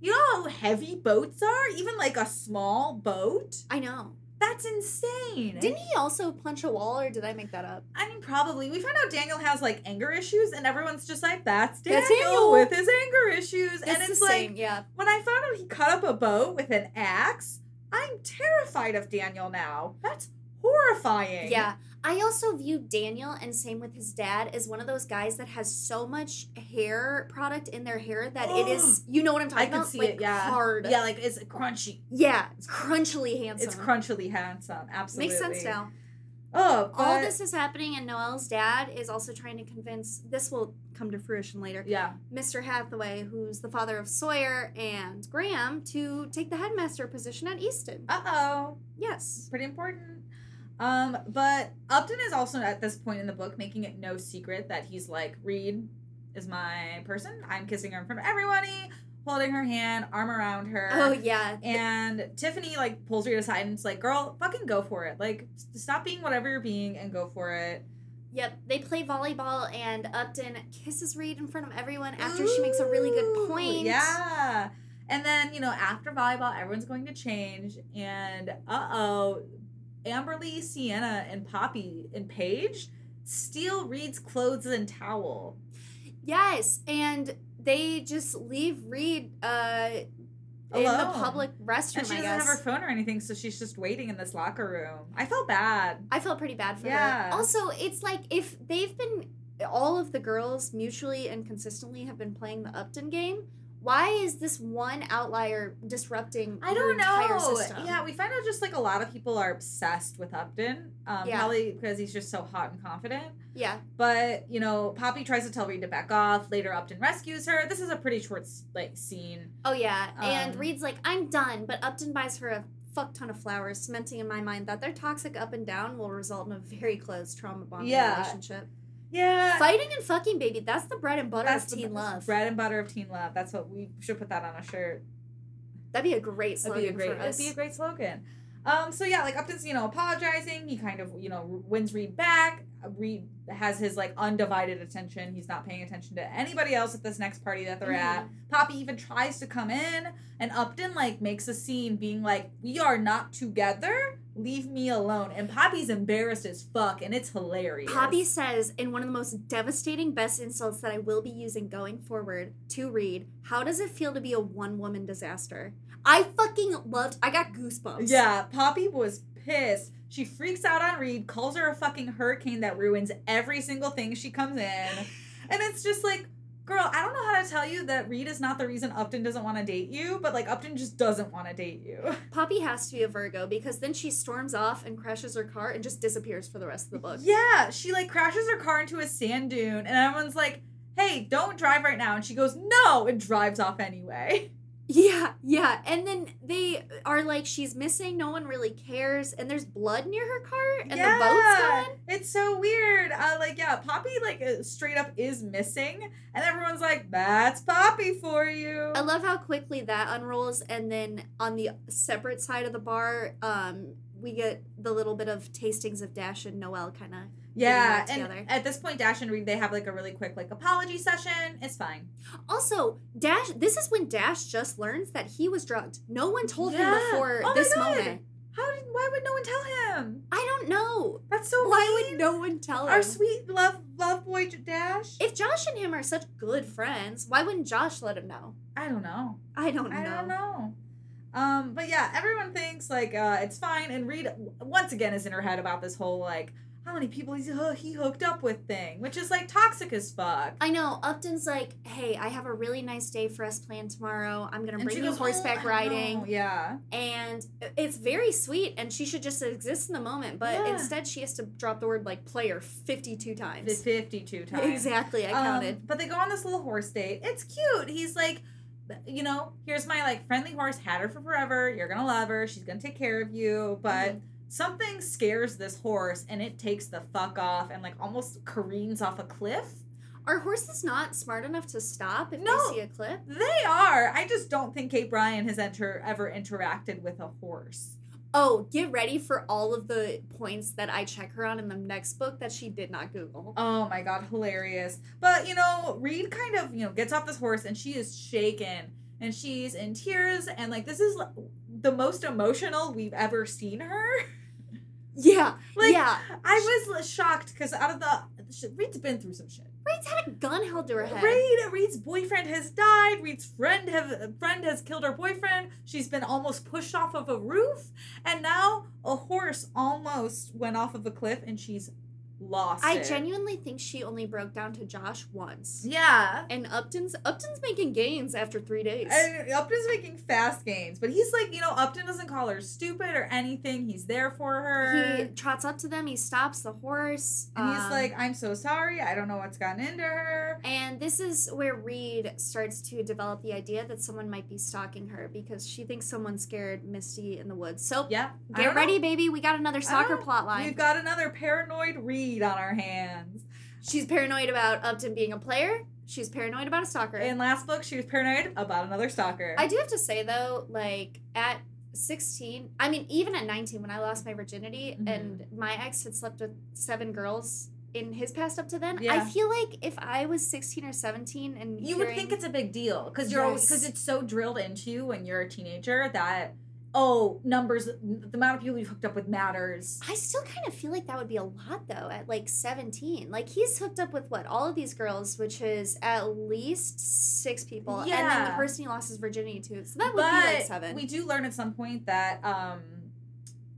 S2: You know how heavy boats are? Even like a small boat?
S3: I know.
S2: That's insane.
S3: Didn't he also punch a wall, or did I make that up?
S2: I mean, probably. We find out Daniel has like anger issues, and everyone's just like, "That's Daniel,
S3: That's Daniel."
S2: with his anger issues."
S3: That's
S2: and it's
S3: the
S2: like
S3: same. Yeah.
S2: when I found out he cut up a boat with an axe, I'm terrified of Daniel now. That's horrifying.
S3: Yeah. I also view Daniel and same with his dad as one of those guys that has so much hair product in their hair that it is you know what I'm talking
S2: I can
S3: about?
S2: see
S3: like
S2: it, yeah.
S3: hard.
S2: yeah, like it's crunchy.
S3: Yeah. It's crunchily handsome.
S2: It's crunchily handsome. Absolutely
S3: Makes sense now.
S2: Oh, but,
S3: All this is happening and Noel's dad is also trying to convince this will come to fruition later.
S2: Yeah,
S3: Mr. Hathaway, who's the father of Sawyer and Graham, to take the headmaster position at Easton.
S2: uh oh,
S3: Yes.
S2: pretty important. Um, but Upton is also at this point in the book making it no secret that he's like Reed is my person. I'm kissing her in front of everybody, holding her hand, arm around her.
S3: Oh yeah.
S2: And Tiffany like pulls Reed aside and it's like, "Girl, fucking go for it. Like, s- stop being whatever you're being and go for it."
S3: Yep, they play volleyball, and Upton kisses Reed in front of everyone after she makes a really
S2: Ooh,
S3: good point.
S2: Yeah. And then you know after volleyball, everyone's going to change, and uh oh, Amberly, Sienna, and Poppy and Paige steal Reed's clothes and towel.
S3: Yes, and they just leave Reed uh, in the
S2: Alone.
S3: public restroom.
S2: And she
S3: I
S2: doesn't
S3: guess
S2: have her phone or anything, so she's just waiting in this locker room. I felt bad.
S3: I felt pretty bad for
S2: Yeah.
S3: her. Also, it's like if they've been all of the girls mutually and consistently have been playing the Upton game. Why is this one outlier disrupting?
S2: I don't
S3: her entire
S2: know.
S3: system?
S2: Yeah, we find out just like a lot of people are obsessed with Upton. Um,
S3: Yeah.
S2: Probably because he's just so hot and confident.
S3: yeah.
S2: But you know, Poppy tries to tell Reed to back off. Later, Upton rescues her. This is a pretty short like scene.
S3: Oh yeah, and
S2: Um,
S3: Reed's like, "I'm done," but Upton buys her a fuck ton of flowers, cementing in my mind that their toxic up and down will result in a very close trauma bonding
S2: Yeah.
S3: relationship.
S2: Yeah,
S3: Fighting and fucking, baby, that's the bread and butter
S2: that's
S3: of
S2: the
S3: teen love.
S2: bread and butter of teen love. That's what we should put that on a shirt.
S3: That'd be a great
S2: That'd
S3: slogan
S2: be a great.
S3: for us.
S2: That'd be a great slogan. Um. So yeah, like Upton's you know apologizing. He kind of you know wins Reed back. Reed has his like undivided attention. He's not paying attention to anybody else at this next party that they're
S3: Mm-hmm.
S2: at. Poppy even tries to come in, and Upton like makes a scene, being like, "We are not together. leave me alone. And Poppy's embarrassed as fuck, and it's hilarious.
S3: Poppy says in one of the most devastating best insults that I will be using going forward to Reed, how does it feel to be a one woman disaster? I fucking loved I got goosebumps.
S2: Yeah, Poppy was pissed. She freaks out on Reed, calls her a fucking hurricane that ruins every single thing she comes in. And it's just like, girl, I don't know how to tell you that Reed is not the reason Upton doesn't want to date you, but like Upton just doesn't want to date you.
S3: Poppy has to be a Virgo because then she storms off and crashes her car and just disappears for the rest of the book.
S2: Yeah, she like crashes her car into a sand dune, and everyone's like, hey, don't drive right now. And she goes, no, and drives off anyway.
S3: Yeah, yeah. And then they are like, she's missing, no one really cares, and there's blood near her car, and the boat's
S2: Yeah.
S3: gone.
S2: It's so weird. Uh, like, yeah, Poppy, like, uh, straight up is missing. And everyone's like, that's Poppy for you.
S3: I love how quickly that unrolls, and then on the separate side of the bar, um, we get the little bit of tastings of Dash and Noel, kind of.
S2: yeah,
S3: that together.
S2: and at this point, Dash and Reed, they have, like, a really quick, like, apology session. It's fine.
S3: Also, Dash. This is when Dash just learns that he was drugged. No one told him
S2: Yeah.
S3: before
S2: Oh my
S3: this
S2: God.
S3: moment.
S2: How did, why would no one tell him?
S3: I don't know.
S2: That's so
S3: Why
S2: mean.
S3: would no one tell him?
S2: Our sweet love, love boy J- Dash?
S3: if Josh and him are such good friends, why wouldn't Josh let him know?
S2: I don't know.
S3: I don't know.
S2: I don't know. Um, but yeah, everyone thinks like uh, it's fine, and Reed w- once again is in her head about this whole like how many people he's hoo- he hooked up with thing, which is like toxic as fuck.
S3: I know. Upton's like, hey, I have a really nice day for us planned tomorrow. I'm gonna
S2: And
S3: bring
S2: she
S3: you
S2: goes, "Oh, I
S3: horseback
S2: know."
S3: riding.
S2: Yeah,
S3: and it's very sweet and she should just exist in the moment but
S2: Yeah.
S3: instead she has to drop the word like player 52
S2: the
S3: times
S2: fifty-two times.
S3: exactly i
S2: Um,
S3: counted
S2: but they go on this little horse date. It's cute. He's like, you know, here's my like friendly horse. Had her for forever. You're gonna love her. She's gonna take care of you. But
S3: Mm-hmm.
S2: something scares this horse, and it takes the fuck off and like almost careens off a cliff.
S3: are horses not smart enough to stop if
S2: Um, No.
S3: they see a clip
S2: They are. I just don't think Kate Bryan has enter, ever interacted with a horse.
S3: oh get ready for all of the points that i check her on in the next book that she did not google
S2: Oh my god, hilarious. But you know, Reed kind of, you know, gets off this horse and she is shaken and she's in tears and like this is like, the most emotional we've ever seen her.
S3: yeah
S2: Like
S3: yeah
S2: I was shocked cuz out of the sh- Reed's been through some shit.
S3: reed's had a gun held to her head
S2: Reed, Reed's boyfriend has died. Reed's friend have friend has killed her boyfriend. She's been almost pushed off of a roof, and now a horse almost went off of a cliff, and she's lost.
S3: i
S2: it.
S3: genuinely think she only broke down to josh once
S2: yeah.
S3: and upton's upton's making gains after three days
S2: And Upton's making fast gains, but he's like, you know, Upton doesn't call her stupid or anything. He's there for her.
S3: he trots up to them he stops the horse
S2: and he's
S3: um,
S2: like, I'm so sorry. I don't know what's gotten into her.
S3: and this is where reed starts to develop the idea that someone might be stalking her because she thinks someone scared misty in the woods so
S2: Yeah. I
S3: get
S2: don't know.
S3: ready baby we got another stalker
S2: know.
S3: plot line
S2: We've got another paranoid Reed on our hands.
S3: she's paranoid about upton being a player she's paranoid about a stalker
S2: In last book, she was paranoid about another stalker.
S3: i do have to say though like at 16 i mean even at 19 when i lost my virginity
S2: Mhm.
S3: and my ex had slept with seven girls in his past up to then i
S2: Yeah.
S3: feel like if i was 16 or 17 and
S2: you would
S3: hearing-
S2: think it's a big deal because you're
S3: Yes.
S2: because it's so drilled into you when you're a teenager that oh numbers the amount of people you've hooked up with matters
S3: I still kind of feel like that would be a lot though at like 17. Like he's hooked up with what? All of these girls, which is at least six people. And then the
S2: Yeah.
S3: person he lost his virginity to. So that would be like
S2: but
S3: seven.
S2: we do learn at some point that um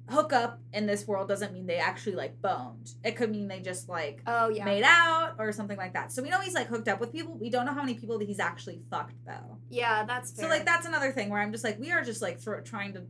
S2: hookup in this world doesn't mean they actually like boned it could mean they just like
S3: oh, yeah.
S2: made out or something like that so we know he's like hooked up with people we don't know how many people that he's actually fucked though
S3: Yeah, that's fair.
S2: so like that's another thing where i'm just like we are just like thro- trying to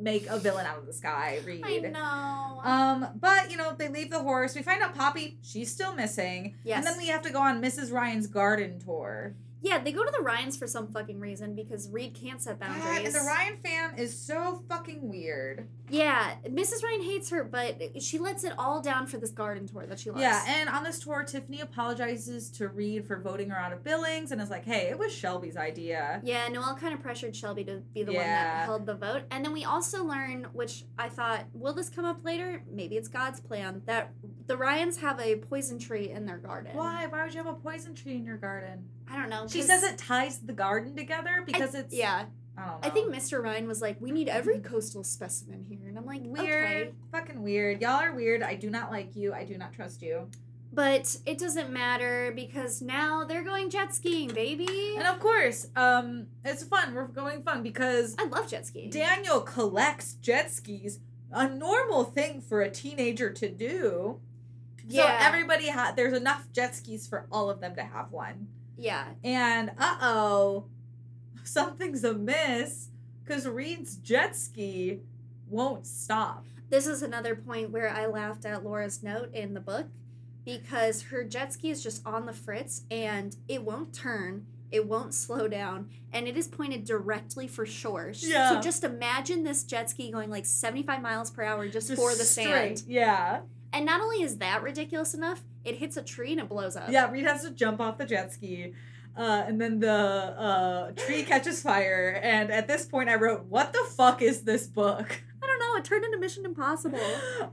S2: make a villain out of the sky read
S3: I know.
S2: Um, but you know, they leave the horse. We find out Poppy, she's still missing.
S3: yes.
S2: And then we have to go on Mrs. Ryan's garden tour.
S3: yeah, they go to the Ryans for some fucking reason because Reed can't set
S2: God, and
S3: boundaries.
S2: the Ryan fam is so fucking weird.
S3: yeah, Mrs. Ryan hates her, but she lets it all down for this garden tour that she loves.
S2: Yeah, and on this tour, Tiffany apologizes to Reed for voting her out of Billings and is like, hey, it was Shelby's idea.
S3: Yeah, Noel kind of pressured Shelby to be the one
S2: Yeah.
S3: that held the vote. And then we also learn, which I thought, will this come up later? Maybe it's God's plan, that the Ryans have a poison tree in their garden.
S2: Why? Why would you have a poison tree in your garden?
S3: I don't know.
S2: She
S3: 'cause
S2: says it ties the garden together because
S3: I-
S2: it's um,
S3: Yeah.
S2: I don't know.
S3: I think Mr. Ryan was like, "We need every coastal specimen here," and I'm like,
S2: weird,
S3: "Okay."
S2: fucking weird. Y'all are weird. I do not like you. I do not trust you.
S3: But it doesn't matter because now they're going jet skiing, baby.
S2: And of course, um, it's fun. We're going fun because
S3: I love jet skiing.
S2: Daniel collects jet skis, a normal thing for a teenager to do.
S3: yeah,
S2: So everybody had there's enough jet skis for all of them to have one.
S3: yeah.
S2: And uh oh, something's amiss because Reed's jet ski won't stop.
S3: This is another point where I laughed at Laura's note in the book because her jet ski is just on the fritz and it won't turn, it won't slow down, and it is pointed directly for shore.
S2: Yeah.
S3: So just imagine this jet ski going like 75 miles per hour just,
S2: Just
S3: for the
S2: straight.
S3: sand.
S2: Yeah.
S3: And not only is that ridiculous enough, it hits a tree and it blows up.
S2: Yeah, Reed has to jump off the jet ski. Uh, and then the uh, tree catches fire. And at this point, I wrote, What the fuck is this book?
S3: I don't know, it turned into Mission Impossible.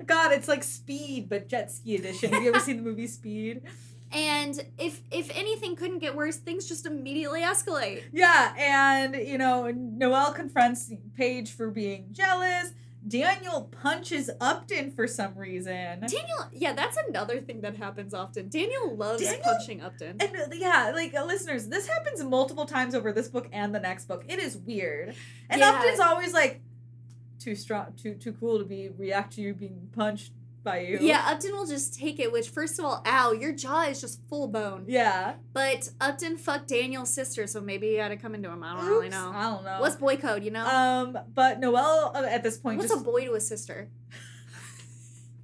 S2: God, it's like Speed, but jet ski edition. Have you ever seen the movie Speed?
S3: and if if anything couldn't get worse, things just immediately escalate.
S2: Yeah, and you know, Noel confronts Paige for being jealous. Daniel punches Upton for some reason.
S3: Daniel, yeah, that's another thing that happens often. Daniel loves
S2: Daniel-
S3: punching Upton.
S2: And uh, yeah, like uh, listeners, this happens multiple times over this book and the next book. It is weird. And
S3: Yeah.
S2: Upton's always like too strong, too too cool to be react to you being punched by you.
S3: Yeah, Upton will just take it, which, first of all, ow, your jaw is just full bone.
S2: Yeah.
S3: But Upton fucked Daniel's sister, so maybe he had to come into him. I don't really
S2: Oops,
S3: know.
S2: I don't know.
S3: What's boy code, you know?
S2: um but Noel uh, at this point
S3: What's
S2: just
S3: a boy to a sister?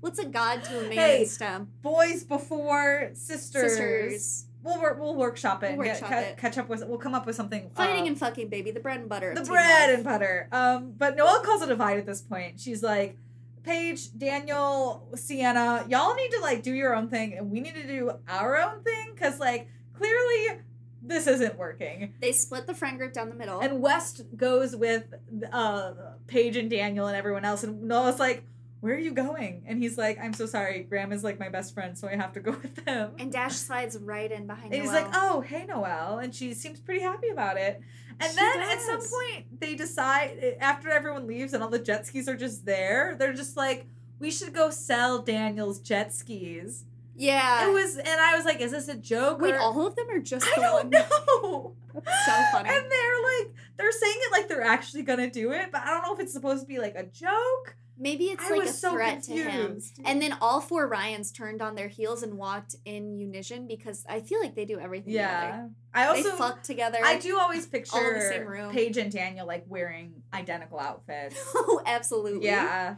S3: What's a god to a man
S2: Hey,
S3: in STEM?
S2: boys before sisters.
S3: Sisters.
S2: We'll work we'll workshop it.
S3: We'll
S2: and get-
S3: workshop
S2: ca-
S3: it.
S2: Catch up with we'll come up with something
S3: Fighting
S2: uh,
S3: and fucking, baby. The bread and butter. of
S2: the
S3: teen
S2: bread
S3: life.
S2: and butter. Um, but Noelle calls a divide at this point. She's like, Paige, Daniel, Sienna, y'all need to like do your own thing, and we need to do our own thing because like clearly this isn't working.
S3: They split the friend group down the middle.
S2: And West goes with uh, Paige and Daniel and everyone else, and Noelle's like, "Where are you going?" And he's like, "I'm so sorry, Graham is like my best friend, so I have to go with them."
S3: And Dash slides right in behind
S2: And he's
S3: Noelle.
S2: like, "Oh, hey, Noelle," and she seems pretty happy about it. And
S3: She
S2: then at some
S3: does.
S2: point, they decide after everyone leaves and all the jet skis are just there. They're just like, "We should go sell Daniel's jet skis."
S3: Yeah.
S2: it was, and I was like, "Is this a joke?"
S3: Wait,
S2: or-
S3: all of them are just
S2: I
S3: the
S2: don't
S3: one?
S2: know.
S3: That's so funny.
S2: And they're like, they're saying it like they're actually gonna do it, but I don't know if it's supposed to be like a joke.
S3: Maybe it's
S2: I
S3: like
S2: was
S3: a
S2: so
S3: threat to him.
S2: confused.
S3: And then all four Ryans turned on their heels and walked in unison because I feel like they do everything together.
S2: Yeah, I also
S3: they fuck together.
S2: I do always
S3: all
S2: picture
S3: in the same room.
S2: Paige and Daniel like wearing identical outfits.
S3: oh, absolutely.
S2: yeah.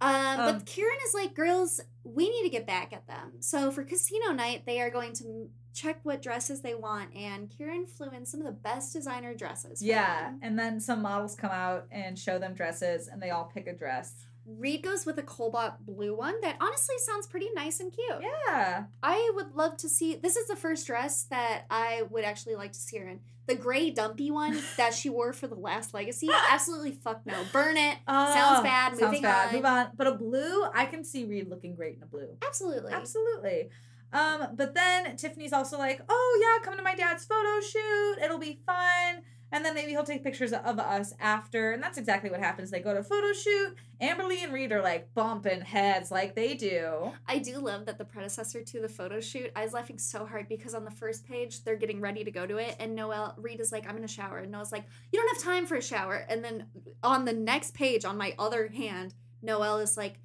S3: Um,
S2: Um,
S3: but Kieran is like, girls, we need to get back at them. So for casino night, they are going to check what dresses they want, and Kieran flew in some of the best designer dresses. for
S2: Yeah,
S3: them.
S2: and then some models come out and show them dresses, and they all pick a dress.
S3: Reed goes with a cobalt blue one that honestly sounds pretty nice and cute.
S2: Yeah,
S3: I would love to see. This is the first dress that I would actually like to see her in. The gray dumpy one that she wore for the last legacy. Absolutely fuck no. Burn it.
S2: Oh,
S3: Sounds bad.
S2: Sounds
S3: Moving
S2: bad.
S3: on.
S2: Move on. But a blue, I can see Reed looking great in a blue.
S3: Absolutely.
S2: Absolutely. Um, but then Tiffany's also like, "Oh yeah, come to my dad's photo shoot. It'll be fun." And then maybe he'll take pictures of us after. And that's exactly what happens. They go to photo shoot. Amberly and Reed are like bumping heads like they do.
S3: I do love that the predecessor to the photo shoot. I was laughing so hard because on the first page they're getting ready to go to it, and Noel Reed is like, "I'm gonna shower," and Noel's like, "You don't have time for a shower." And then on the next page, on my other hand, Noel is like,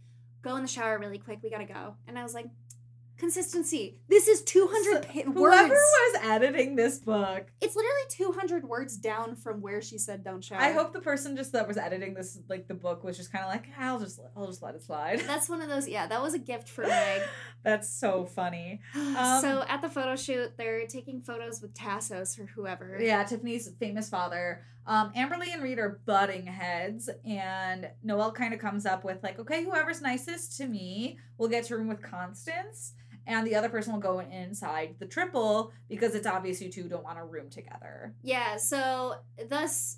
S3: "Go in the shower really quick. We gotta go." And I was like, "Consistency. This is 200
S2: So
S3: pa-
S2: Whoever
S3: words.
S2: was editing this book
S3: it's literally 200 words down from where she said don't shower."
S2: I hope the person just that was editing this like the book was just kind of like I'll just I'll just let it slide.
S3: that's one of those. Yeah, that was a gift for Meg.
S2: That's so funny. Um,
S3: so at the photo shoot, they're taking photos with Tassos or whoever.
S2: Yeah, Tiffany's famous father. Um, Amberly and Reed are butting heads, and Noel kind of comes up with like, okay, whoever's nicest to me will get to room with Constance, and the other person will go inside the triple because it's obvious you two don't want a room together.
S3: Yeah, so thus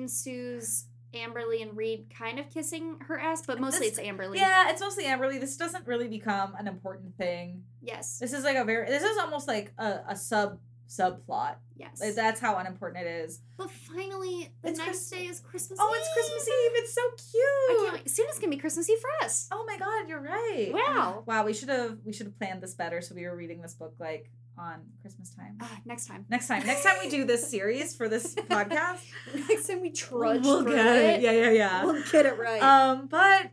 S3: ensues Amberly and Reed kind of kissing her ass, but mostly
S2: This-
S3: it's Amberly.
S2: Yeah, it's mostly Amberly. This doesn't really become an important thing.
S3: Yes.
S2: This is like a very. This is almost like a, a sub subplot.
S3: Yes.
S2: Like, that's how unimportant it is.
S3: but finally, the
S2: It's
S3: next
S2: Christ-
S3: day is Christmas.
S2: Oh, it's Christmas Eve. It's so cute.
S3: I can't wait. Soon it's gonna be Christmas Eve for us.
S2: Oh my god, you're right.
S3: Wow.
S2: Wow, we should have we should have planned this better so we were reading this book like on Christmas time.
S3: Ah, next time.
S2: Next time. Next time we do this series for this podcast.
S3: Next time we trudge
S2: we'll
S3: through
S2: get
S3: it.
S2: Yeah, yeah, yeah.
S3: We'll get it right.
S2: Um, but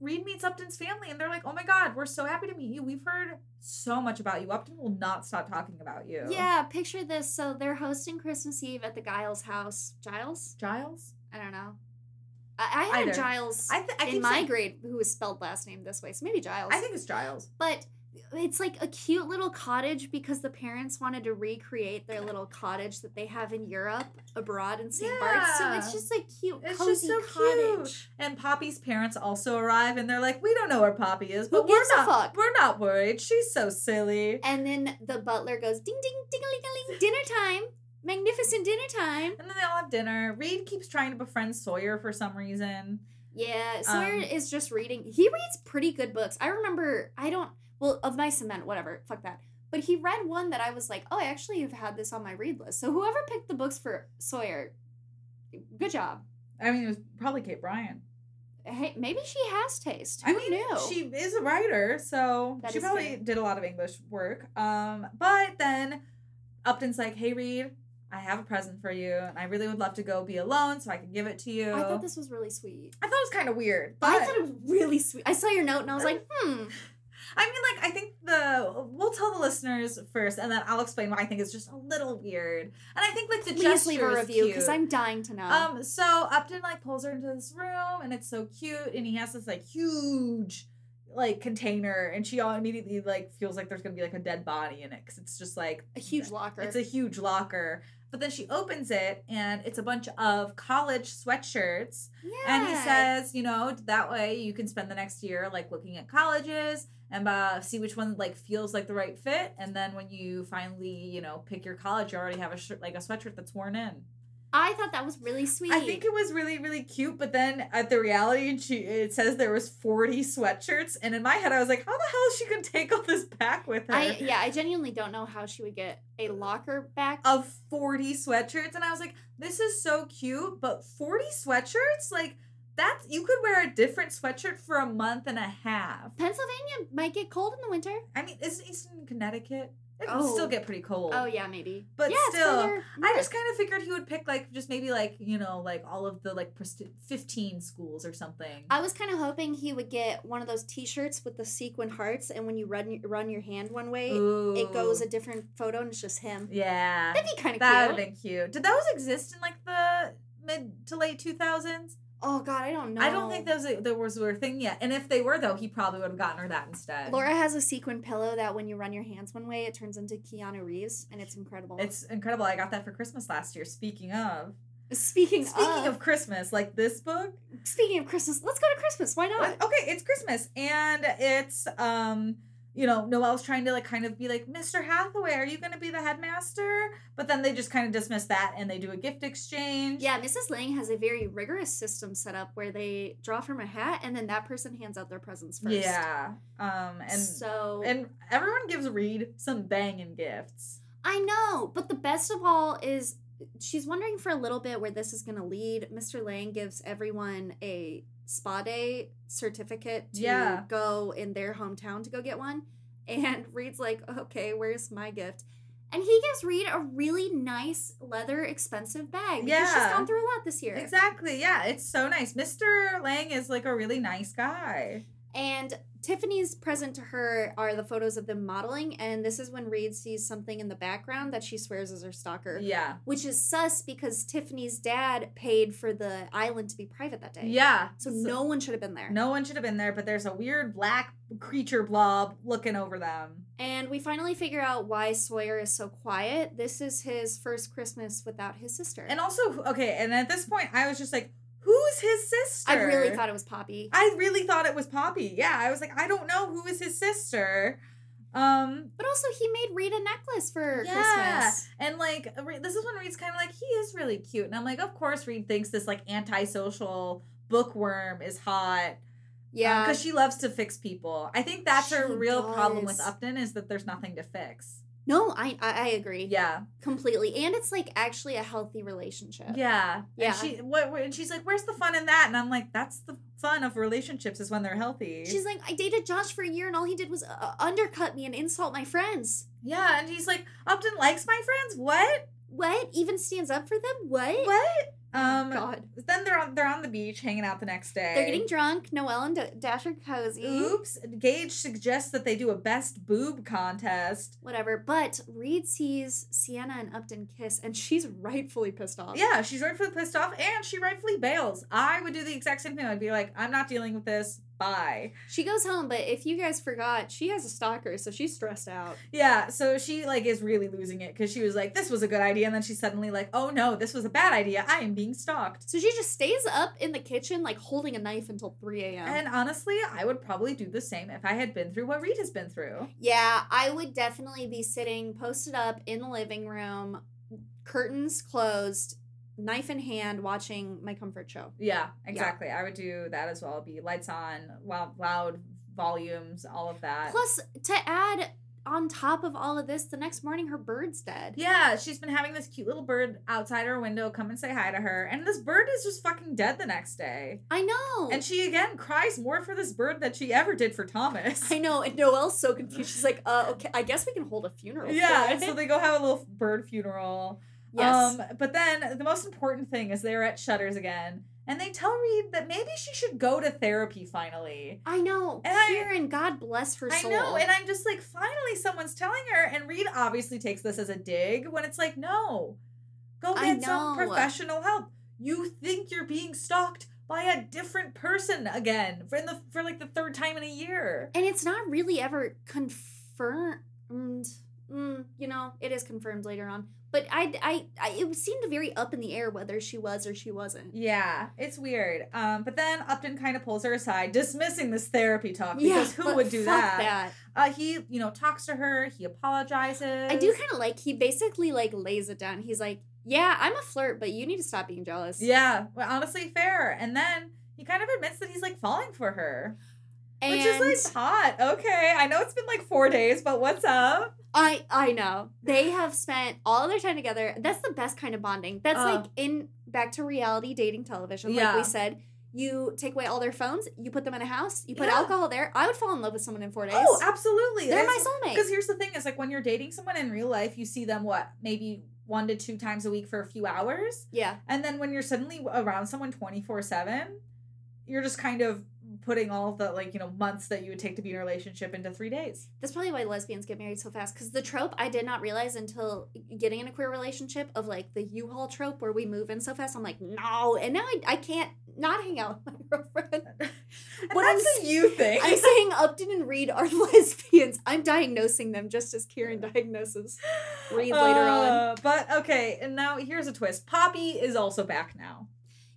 S2: Reed meets Upton's family, and they're like, "Oh my God, we're so happy to meet you. We've heard so much about you. Upton will not stop talking about you."
S3: yeah, picture this. So they're hosting Christmas Eve at the Giles house. Giles?
S2: Giles.
S3: I don't know. I, I had
S2: Either.
S3: a Giles
S2: I, th- I
S3: in
S2: keep
S3: my
S2: saying-
S3: grade who was spelled last name this way. So maybe Giles.
S2: I think it's Giles.
S3: but it's like a cute little cottage because the parents wanted to recreate their little cottage that they have in Europe abroad in St. Bart's. So
S2: Yeah.
S3: it's just a cute,
S2: It's just
S3: cozy
S2: so cute.
S3: cottage.
S2: And Poppy's parents also arrive, and they're like, "We don't know where Poppy is, but we're
S3: gives a
S2: not.
S3: fuck?"
S2: We're not worried. She's so silly."
S3: And then the butler goes ding ding ding a ling dinner time. Magnificent dinner time.
S2: And then they all have dinner. Reed keeps trying to befriend Sawyer for some reason.
S3: Yeah, Sawyer
S2: Um,
S3: is just reading. He reads pretty good books. I remember, I don't, well, of my cement, whatever, fuck that. But he read one that I was like, oh, I actually have had this on my read list. So whoever picked the books for Sawyer, good job.
S2: I mean, it was probably Kate Bryan.
S3: Hey, maybe she has taste.
S2: I
S3: Who
S2: mean,
S3: knew?
S2: she is a writer, so
S3: That
S2: she
S3: is
S2: probably
S3: fair.
S2: did a lot of English work. Um, but then Upton's like, "Hey, Reed, I have a present for you, and I really would love to go be alone so I can give it to you."
S3: I thought this was really sweet.
S2: I thought it was kind of weird, but
S3: I thought it was really sweet. I saw your note and I was like, hmm.
S2: I mean, like, I think the we'll tell the listeners first, and then I'll explain why I think it's just a little weird. And I think like the
S3: Please
S2: gesture
S3: leave a
S2: is
S3: review
S2: cute.
S3: because I'm dying to know.
S2: Um, so Upton like pulls her into this room and it's so cute, and he has this like huge like container, and she all immediately like feels like there's gonna be like a dead body in it because it's just like
S3: a huge locker.
S2: it's a huge locker. But then she opens it and it's a bunch of college sweatshirts.
S3: yeah.
S2: And he says, you know, that way you can spend the next year like looking at colleges and uh, see which one like feels like the right fit. And then when you finally, you know, pick your college, you already have a shirt like a sweatshirt that's worn in.
S3: I thought that was really sweet.
S2: I think it was really, really cute, but then at the reality, and she it says there was forty sweatshirts, and in my head, I was like, "How the hell is she gonna take all this back with her?"
S3: I yeah, I genuinely don't know how she would get a locker back.
S2: of forty sweatshirts, and I was like, "This is so cute," but forty sweatshirts, like that's you could wear a different sweatshirt for a month and a half.
S3: Pennsylvania might get cold in the winter.
S2: I mean, isn't Eastern Connecticut? It can
S3: Oh.
S2: still get pretty cold.
S3: Oh yeah, maybe.
S2: But
S3: yeah, it's
S2: still,
S3: further
S2: I just
S3: north.
S2: kind of figured he would pick like just maybe like you know like all of the like presti- fifteen schools or something.
S3: I was kind of hoping he would get one of those T-shirts with the sequin hearts, and when you run run your hand one way, it goes
S2: Ooh.
S3: a different photo, and it's just him.
S2: Yeah.
S3: That'd be kind of
S2: That would
S3: cute.
S2: have been cute. Did those exist in like the mid to late 2000s?
S3: Oh God, I don't know.
S2: I don't think those there was were a thing yet. And if they were though, he probably would have gotten her that instead.
S3: Laura has a sequin pillow that when you run your hands one way, it turns into Keanu Reeves, and it's incredible.
S2: It's incredible. I got that for Christmas last year. Speaking of,
S3: speaking,
S2: speaking
S3: of,
S2: of Christmas, like this book.
S3: speaking of Christmas. Let's go to Christmas. Why not?
S2: Okay, it's Christmas and it's um you know, Noelle's trying to like kind of be like, Mr. Hathaway, are you going to be the headmaster? But then they just kind of dismiss that and they do a gift exchange.
S3: Yeah, Mrs. Lang has a very rigorous system set up where they draw from a hat and then that person hands out their presents first.
S2: Yeah. Um, and
S3: so
S2: And everyone gives Reed some banging gifts.
S3: I know, but the best of all is she's wondering for a little bit where this is going to lead. Mr. Lang gives everyone a spa day certificate to
S2: Yeah.
S3: go in their hometown to go get one. And Reed's like, okay, where's my gift? And he gives Reed a really nice leather expensive bag because she's
S2: Yeah.
S3: gone through a lot this year.
S2: Exactly. Yeah, it's so nice. Mr. Lang is like a really nice guy.
S3: And Tiffany's present to her are the photos of them modeling, and this is when Reed sees something in the background that she swears is her stalker,
S2: Yeah.
S3: which is sus because Tiffany's dad paid for the island to be private that day.
S2: Yeah.
S3: So, no one should have been there.
S2: no one should have been there, but there's a weird black creature blob looking over them.
S3: And we finally figure out why Sawyer is so quiet. This is his first Christmas without his sister.
S2: And also, okay, and at this point, I was just like, who's his sister?
S3: I really thought it was Poppy.
S2: I really thought it was Poppy. Yeah, I was like, I don't know who is his sister. Um,
S3: But also, he made Reed a necklace for
S2: Yeah.
S3: Christmas.
S2: And like uh, Re- this is when Reed's kind of like he is really cute, and I'm like, of course Reed thinks this like antisocial bookworm is hot Um,
S3: Yeah.
S2: because she loves to fix people. I think that's her
S3: She
S2: real problem with
S3: does.
S2: Upton is that there's nothing to fix.
S3: No, I I I agree.
S2: Yeah.
S3: Completely. And it's like actually a healthy relationship.
S2: Yeah.
S3: Yeah.
S2: And she what what- and she's like, "Where's the fun in that?" And I'm like, "That's the fun of relationships is when they're healthy."
S3: She's like, I dated Josh for a year and all he did was uh, undercut me and insult my friends.
S2: yeah, and he's like, "Upton likes my friends. What?
S3: What? Even stands up for them? What?
S2: What?" Um
S3: Oh God.
S2: then they're on they're on the beach hanging out the next day.
S3: They're getting drunk. Noelle and D- Dash are cozy.
S2: Oops. Gage suggests that they do a best boob contest.
S3: Whatever. But Reed sees Sienna and Upton kiss and she's rightfully pissed off.
S2: Yeah, she's rightfully pissed off and she rightfully bails. I would do the exact same thing. I'd be like, I'm not dealing with this. Bye.
S3: She goes home, but if you guys forgot, she has a stalker, so she's stressed out.
S2: Yeah, so she like is really losing it because she was like, this was a good idea, and then she's suddenly like, oh no, this was a bad idea. I am being stalked.
S3: So she just stays up in the kitchen, like holding a knife until 3 a.m.
S2: And honestly, I would probably do the same if I had been through what Reed has been through.
S3: Yeah, I would definitely be sitting posted up in the living room, curtains closed, knife in hand, watching my comfort show.
S2: Yeah, exactly. I would do that as well. Be lights on, loud, loud volumes, all of that.
S3: Plus, to add on top of all of this, the next morning her bird's dead.
S2: Yeah, she's been having this cute little bird outside her window come and say hi to her, and this bird is just fucking dead the next day.
S3: I know.
S2: And she again cries more for this bird than she ever did for Thomas.
S3: I know, and Noelle's so confused. She's like, "Uh, okay, I guess we can hold a funeral."
S2: Yeah,
S3: for
S2: and so
S3: it."
S2: they go have a little bird funeral.
S3: yes,
S2: Um, but then the most important thing is they're at Shutters again, and they tell Reed that maybe she should go to therapy finally.
S3: I know.
S2: and I-
S3: Karen, God bless her
S2: I
S3: soul.
S2: know, and I'm just like, finally, someone's telling her. And Reed obviously takes this as a dig when it's like, no, go
S3: I
S2: get some
S3: know.
S2: professional help. You think you're being stalked by a different person again for in the for like the third time in a year.
S3: And it's not really ever confirmed. Mm, you know, it is confirmed later on. But I, I, I, it seemed very up in the air whether she was or she wasn't.
S2: Yeah, it's weird. Um, but then Upton kind of pulls her aside, dismissing this therapy talk because who
S3: but
S2: would do
S3: fuck
S2: that? Uh, he, you know, talks to her. He apologizes.
S3: I do kind of like he basically like lays it down. He's like, "Yeah, I'm a flirt, but you need to stop being jealous."
S2: Yeah, well, honestly, fair. And then he kind of admits that he's like falling for her.
S3: and
S2: Which is like hot. Okay. I know it's been like four days, but what's up?
S3: I, I know they have spent all their time together. That's the best kind of bonding. That's
S2: Uh.
S3: like in back to reality dating television. Like
S2: Yeah.
S3: we said, you take away all their phones, you put them in a house, you put
S2: Yeah.
S3: alcohol there. I would fall in love with someone in four days.
S2: Oh, absolutely.
S3: They're my soulmate.
S2: Because here's the thing is like when you're dating someone in real life, you see them what, maybe one to two times a week for a few hours.
S3: Yeah.
S2: And then when you're suddenly around someone 24 7, you're just kind of putting all of the like, you know, months that you would take to be in a relationship into three days.
S3: That's probably why lesbians get married so fast. Because the trope I did not realize until getting in a queer relationship of like the U Haul trope where we move in so fast. I'm like, no. And now I, I can't not hang out with my girlfriend.
S2: And
S3: What I'm
S2: that's a
S3: s-
S2: you thing.
S3: I'm saying Upton and Reed are lesbians. I'm diagnosing them just as Karen diagnoses. Read later
S2: Uh, But okay, and now here's a twist. Poppy is also back now.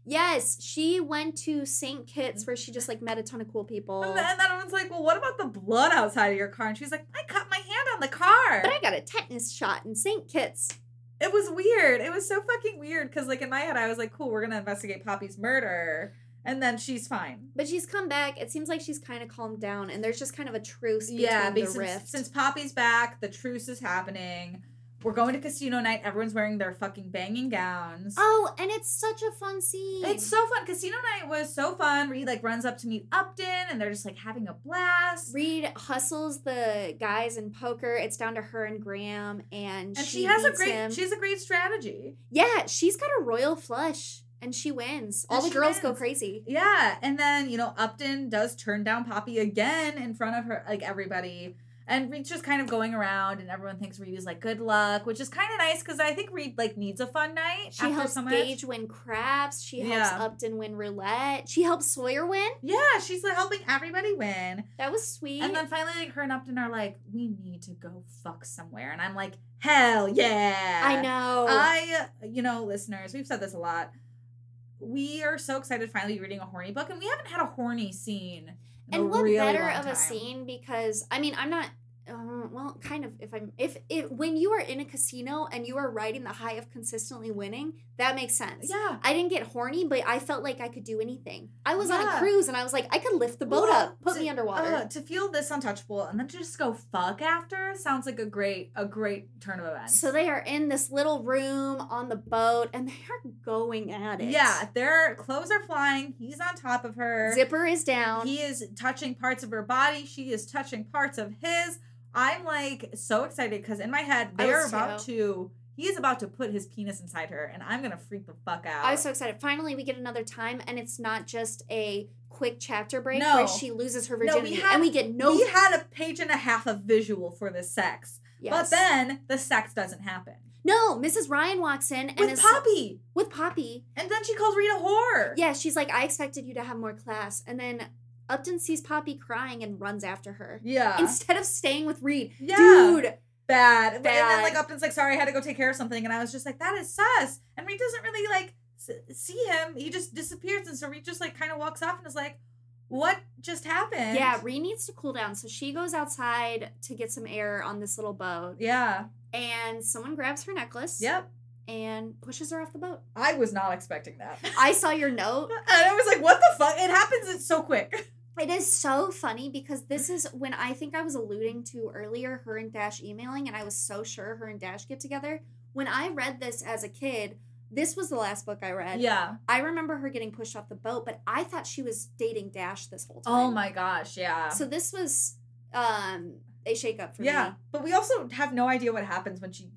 S3: Yes, she went to St. Kitts where she just like met a ton of cool people.
S2: And, th- and then I was like, well, what about the blood outside of your car? And she's like, I cut my hand on the car.
S3: But I got a tetanus shot in St. Kitts.
S2: it was weird. It was so fucking weird because, like, in my head, I was like, cool, we're going to investigate Poppy's murder. And then she's fine.
S3: But she's come back. It seems like she's kind of calmed down, and there's just kind of a truce between
S2: Yeah,
S3: the
S2: because since,
S3: rift.
S2: since Poppy's back, the truce is happening. We're going to casino night. Everyone's wearing their fucking banging gowns.
S3: Oh, and it's such a fun scene.
S2: It's so fun. Casino night was so fun. Reed like runs up to meet Upton, and they're just like having a blast.
S3: Reed hustles the guys in poker. It's down to her and Graham, and,
S2: and she, has a
S3: beats
S2: great,
S3: him.
S2: she has a great strategy.
S3: yeah, she's got a royal flush, and she wins. All
S2: And
S3: the
S2: she
S3: girls go
S2: wins.
S3: crazy.
S2: Yeah, and then you know Upton does turn down Poppy again in front of her, like everybody, and Reed's just kind of going around, and everyone thinks Reed is like good luck, which is kind of nice because I think Reed like needs a fun night.
S3: She
S2: after
S3: helps
S2: so much.
S3: Gage win craps. She helps
S2: Yeah.
S3: Upton win roulette. She helps Sawyer win.
S2: Yeah, she's like helping everybody win,
S3: That was sweet.
S2: and then finally, like her and Upton are like, we need to go fuck somewhere, and I'm like, hell yeah,
S3: I know.
S2: I, you know, listeners, we've said this a lot. We are so excited finally reading a horny book, and we haven't had a horny scene. in a
S3: and what
S2: really
S3: better
S2: long
S3: of a
S2: time.
S3: scene because I mean I'm not. Uh, Mm, well, kind of. If I'm, if it, when you are in a casino and you are riding the high of consistently winning, that makes sense.
S2: Yeah.
S3: I didn't get horny, but I felt like I could do anything. I was on a
S2: Yeah.
S3: cruise and I was like, I could lift the boat
S2: Well,
S3: up, put
S2: to-
S3: me underwater.
S2: uh, to feel this untouchable and then to just go fuck after sounds like a great a great turn of events.
S3: so they are in this little room on the boat and they are going at it.
S2: yeah, their clothes are flying. He's on top of her.
S3: Zipper is down.
S2: He is touching parts of her body. She is touching parts of his. I'm like so excited because in my head
S3: I
S2: they're
S3: was
S2: about to. He is about to put his penis inside her, and I'm gonna freak the fuck out.
S3: I was so excited. Finally, we get another time, and it's not just a quick chapter break
S2: No.
S3: where she loses her
S2: No, we
S3: virginity,
S2: had-
S3: and we get no.
S2: we had a page and a half of visual for the sex,
S3: Yes.
S2: but then the sex doesn't happen
S3: no, Mrs. Ryan walks in and
S2: with
S3: is
S2: Poppy,
S3: with Poppy.
S2: and then she calls Rita whore.
S3: Yeah, she's like, I expected you to have more class, and then Upton sees Poppy crying and runs after her
S2: yeah,
S3: instead of staying with Reed.
S2: yeah.
S3: Dude,
S2: bad. And then
S3: Bad.
S2: like Upton's like, sorry, I had to go take care of something, and I was just like, that is sus. And Reed doesn't really like s- see him. He just disappears, and so Reed just like kind of walks off and is like, what just happened?
S3: yeah, Reed needs to cool down, so she goes outside to get some air on this little boat,
S2: yeah,
S3: and someone grabs her necklace.
S2: yep.
S3: And pushes her off the boat.
S2: I was not expecting that.
S3: I saw your note.
S2: and I was like, what the fuck? It happens. It's so quick.
S3: It is so funny because this is when I think I was alluding to earlier her and Dash emailing, and I was so sure her and Dash get together. When I read this as a kid, this was the last book I read.
S2: Yeah.
S3: I remember her getting pushed off the boat, but I thought she was dating Dash this whole time.
S2: Oh my gosh. Yeah.
S3: So this was um a shakeup for
S2: yeah.
S3: me.
S2: But we also have no idea what happens when she.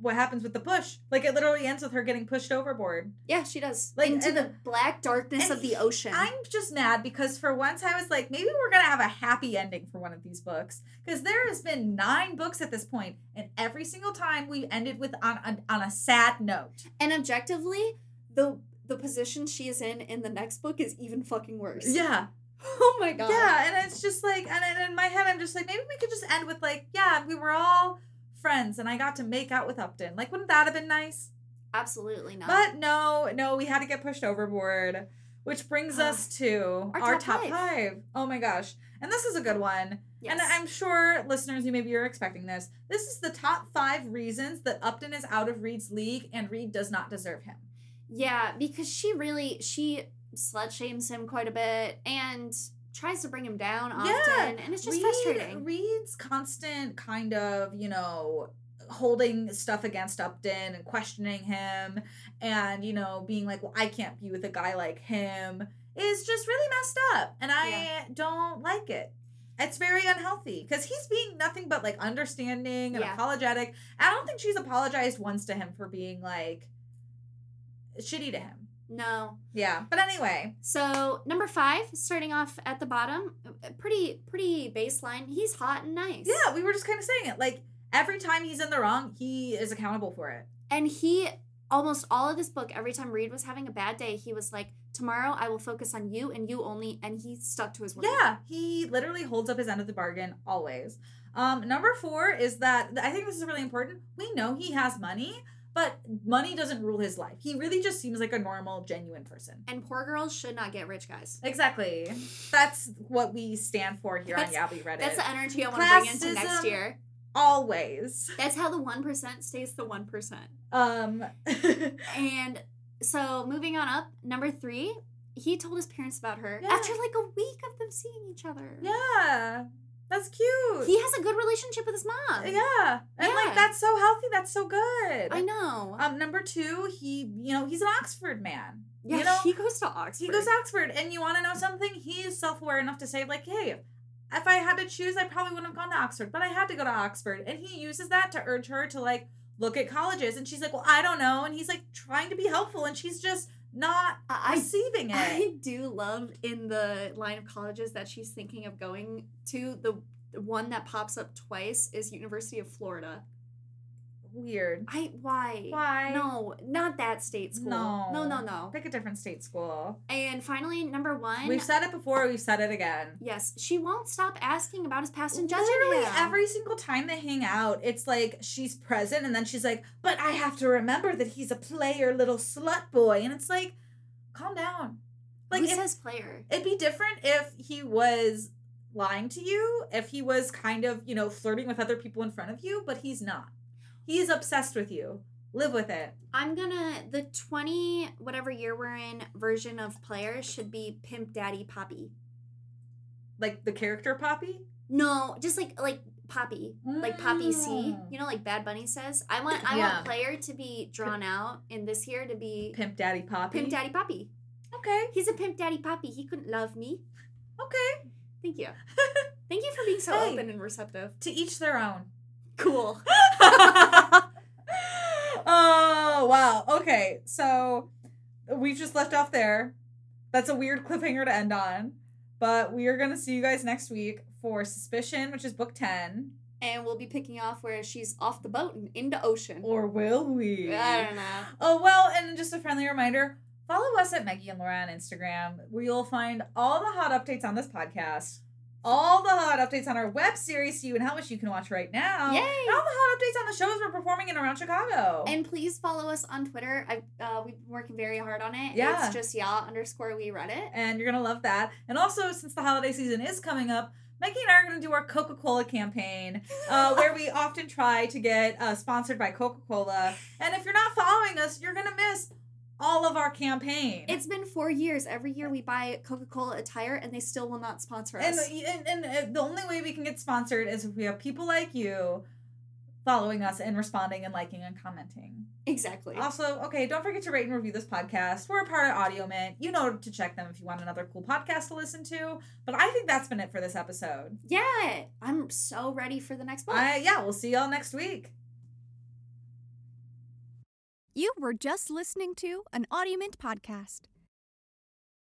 S2: What happens with the push? Like it literally ends with her getting pushed overboard.
S3: Yeah, she does.
S2: Like,
S3: Into
S2: and-
S3: the black darkness
S2: and
S3: of the ocean.
S2: I'm just mad because for once I was like, maybe we're gonna have a happy ending for one of these books because there has been nine books at this point, and every single time we ended with on on, on a sad note.
S3: and objectively, the the position she is in in the next book is even fucking worse.
S2: Yeah,
S3: Oh my god.
S2: yeah, and it's just like, and, and in my head, I'm just like, maybe we could just end with like, yeah, we were all friends, and I got to make out with Upton. Like, wouldn't that have been nice?
S3: Absolutely not.
S2: But no, no, we had to get pushed overboard, which brings us to
S3: Our
S2: our, top,
S3: top five.
S2: five. Oh my gosh. And this is a good one.
S3: yes.
S2: And I'm sure listeners, you maybe you're expecting this. This is the top five reasons that Upton is out of Reed's league and Reed does not deserve him.
S3: Yeah, because she really she slut shames him quite a bit and tries to bring him down often,
S2: Yeah,
S3: and it's just
S2: Reed-
S3: frustrating.
S2: Reed's constant kind of, you know, holding stuff against Upton and questioning him and, you know, being like, well, I can't be with a guy like him is just really messed up. And I
S3: Yeah.
S2: don't like it. It's very unhealthy because he's being nothing but like understanding and
S3: Yeah.
S2: apologetic. I don't think she's apologized once to him for being like shitty to him.
S3: No.
S2: Yeah. But anyway,
S3: So number five, starting off at the bottom, uh, pretty pretty baseline. He's hot and nice.
S2: yeah, we were just kind of saying it. Like every time he's in the wrong, he is accountable for it.
S3: And he almost all of this book, every time Reed was having a bad day, he was like, Tomorrow I will focus on you and you only and he stuck to his word.
S2: Yeah, he literally holds up his end of the bargain always. Um, number four is that I think this is really important. We know he has money, but money doesn't rule his life. He really just seems like a normal, genuine person.
S3: And poor girls should not get rich guys.
S2: Exactly. That's what we stand for here on
S3: That's-
S2: Yabby Reddit.
S3: That's the energy I want to bring into next
S2: Classism.
S3: year.
S2: always.
S3: That's how the one percent stays the one percent.
S2: Um,
S3: And so moving on up, number three, he told his parents about her
S2: Yeah.
S3: after like a week of them seeing each other.
S2: yeah, that's cute.
S3: He has a good relationship with his mom.
S2: yeah, and
S3: Yeah.
S2: like that's so healthy. That's so good.
S3: I know.
S2: Um, number two, he, you know, he's an Oxford man.
S3: yeah,
S2: you know,
S3: he goes to Oxford.
S2: He goes to Oxford, and you want to know something? He is self aware enough to say, like, hey, if I had to choose, I probably wouldn't have gone to Oxford, but I had to go to Oxford. And he uses that to urge her to, like, look at colleges. And she's like, well, I don't know. And he's, like, trying to be helpful, and she's just not
S3: I,
S2: receiving it.
S3: I do love in the line of colleges that she's thinking of going to. The the one that pops up twice is University of Florida.
S2: Weird.
S3: I why?
S2: Why?
S3: No, not that state school.
S2: No.
S3: no, no, no.
S2: Pick a different state school.
S3: And finally, number one.
S2: We've said it before, we've said it again.
S3: Yes, she won't stop asking about his past and judging
S2: Literally
S3: him.
S2: every single time they hang out, it's like she's present, and then she's like, "But I have to remember that he's a player, little slut boy," and it's like, calm down. Like
S3: Who
S2: if-
S3: says player?
S2: it'd be different if he was lying to you if he was kind of, you know, flirting with other people in front of you, but he's not. He's obsessed with you. Live with it.
S3: I'm gonna the 20 whatever year we're in version of player should be Pimp Daddy Poppy.
S2: Like the character Poppy?
S3: No, just like like Poppy, like Poppy C.
S2: Mm.
S3: You know, like Bad Bunny says. I want I
S2: Yeah.
S3: want player to be drawn out, and this year to be
S2: Pimp Daddy Poppy.
S3: Pimp Daddy Poppy.
S2: Okay.
S3: He's a Pimp Daddy Poppy. He couldn't love me.
S2: Okay.
S3: Thank you. Thank you for being so
S2: Hey.
S3: open and receptive.
S2: To each their own.
S3: Cool.
S2: oh wow. Okay. So we just left off there. That's a weird cliffhanger to end on. But we are gonna see you guys next week for Suspicion, which is book ten.
S3: And we'll be picking off where she's off the boat and in the ocean.
S2: Or will we?
S3: I don't know.
S2: Oh well, and just a friendly reminder, follow us at Maggie and Laura on Instagram, where you'll find all the hot updates on this podcast. All the hot updates on our web series to you and how much you can watch right now.
S3: Yay!
S2: And all the hot updates on the shows we're performing in around Chicago.
S3: And please follow us on Twitter. I uh, we've been working very hard on it.
S2: Yeah.
S3: It's just y'all underscore we read it.
S2: and you're gonna love that. And also, since the holiday season is coming up, Maggie and I are gonna do our Coca Cola campaign, uh, where we often try to get uh, sponsored by Coca Cola. And if you're not following us, you're gonna miss all of our campaign.
S3: It's been four years. Every year we buy Coca Cola attire and they still will not sponsor
S2: and,
S3: us.
S2: and and and the only way we can get sponsored is if we have people like you following us and responding and liking and commenting.
S3: exactly.
S2: Also, okay, don't forget to rate and review this podcast. We're a part of AudioMint. You know to check them if you want another cool podcast to listen to. But I think that's been it for this episode.
S3: Yeah. I'm so ready for the next book.
S2: I, yeah, we'll see y'all next week.
S4: You were just listening to an Audiment podcast.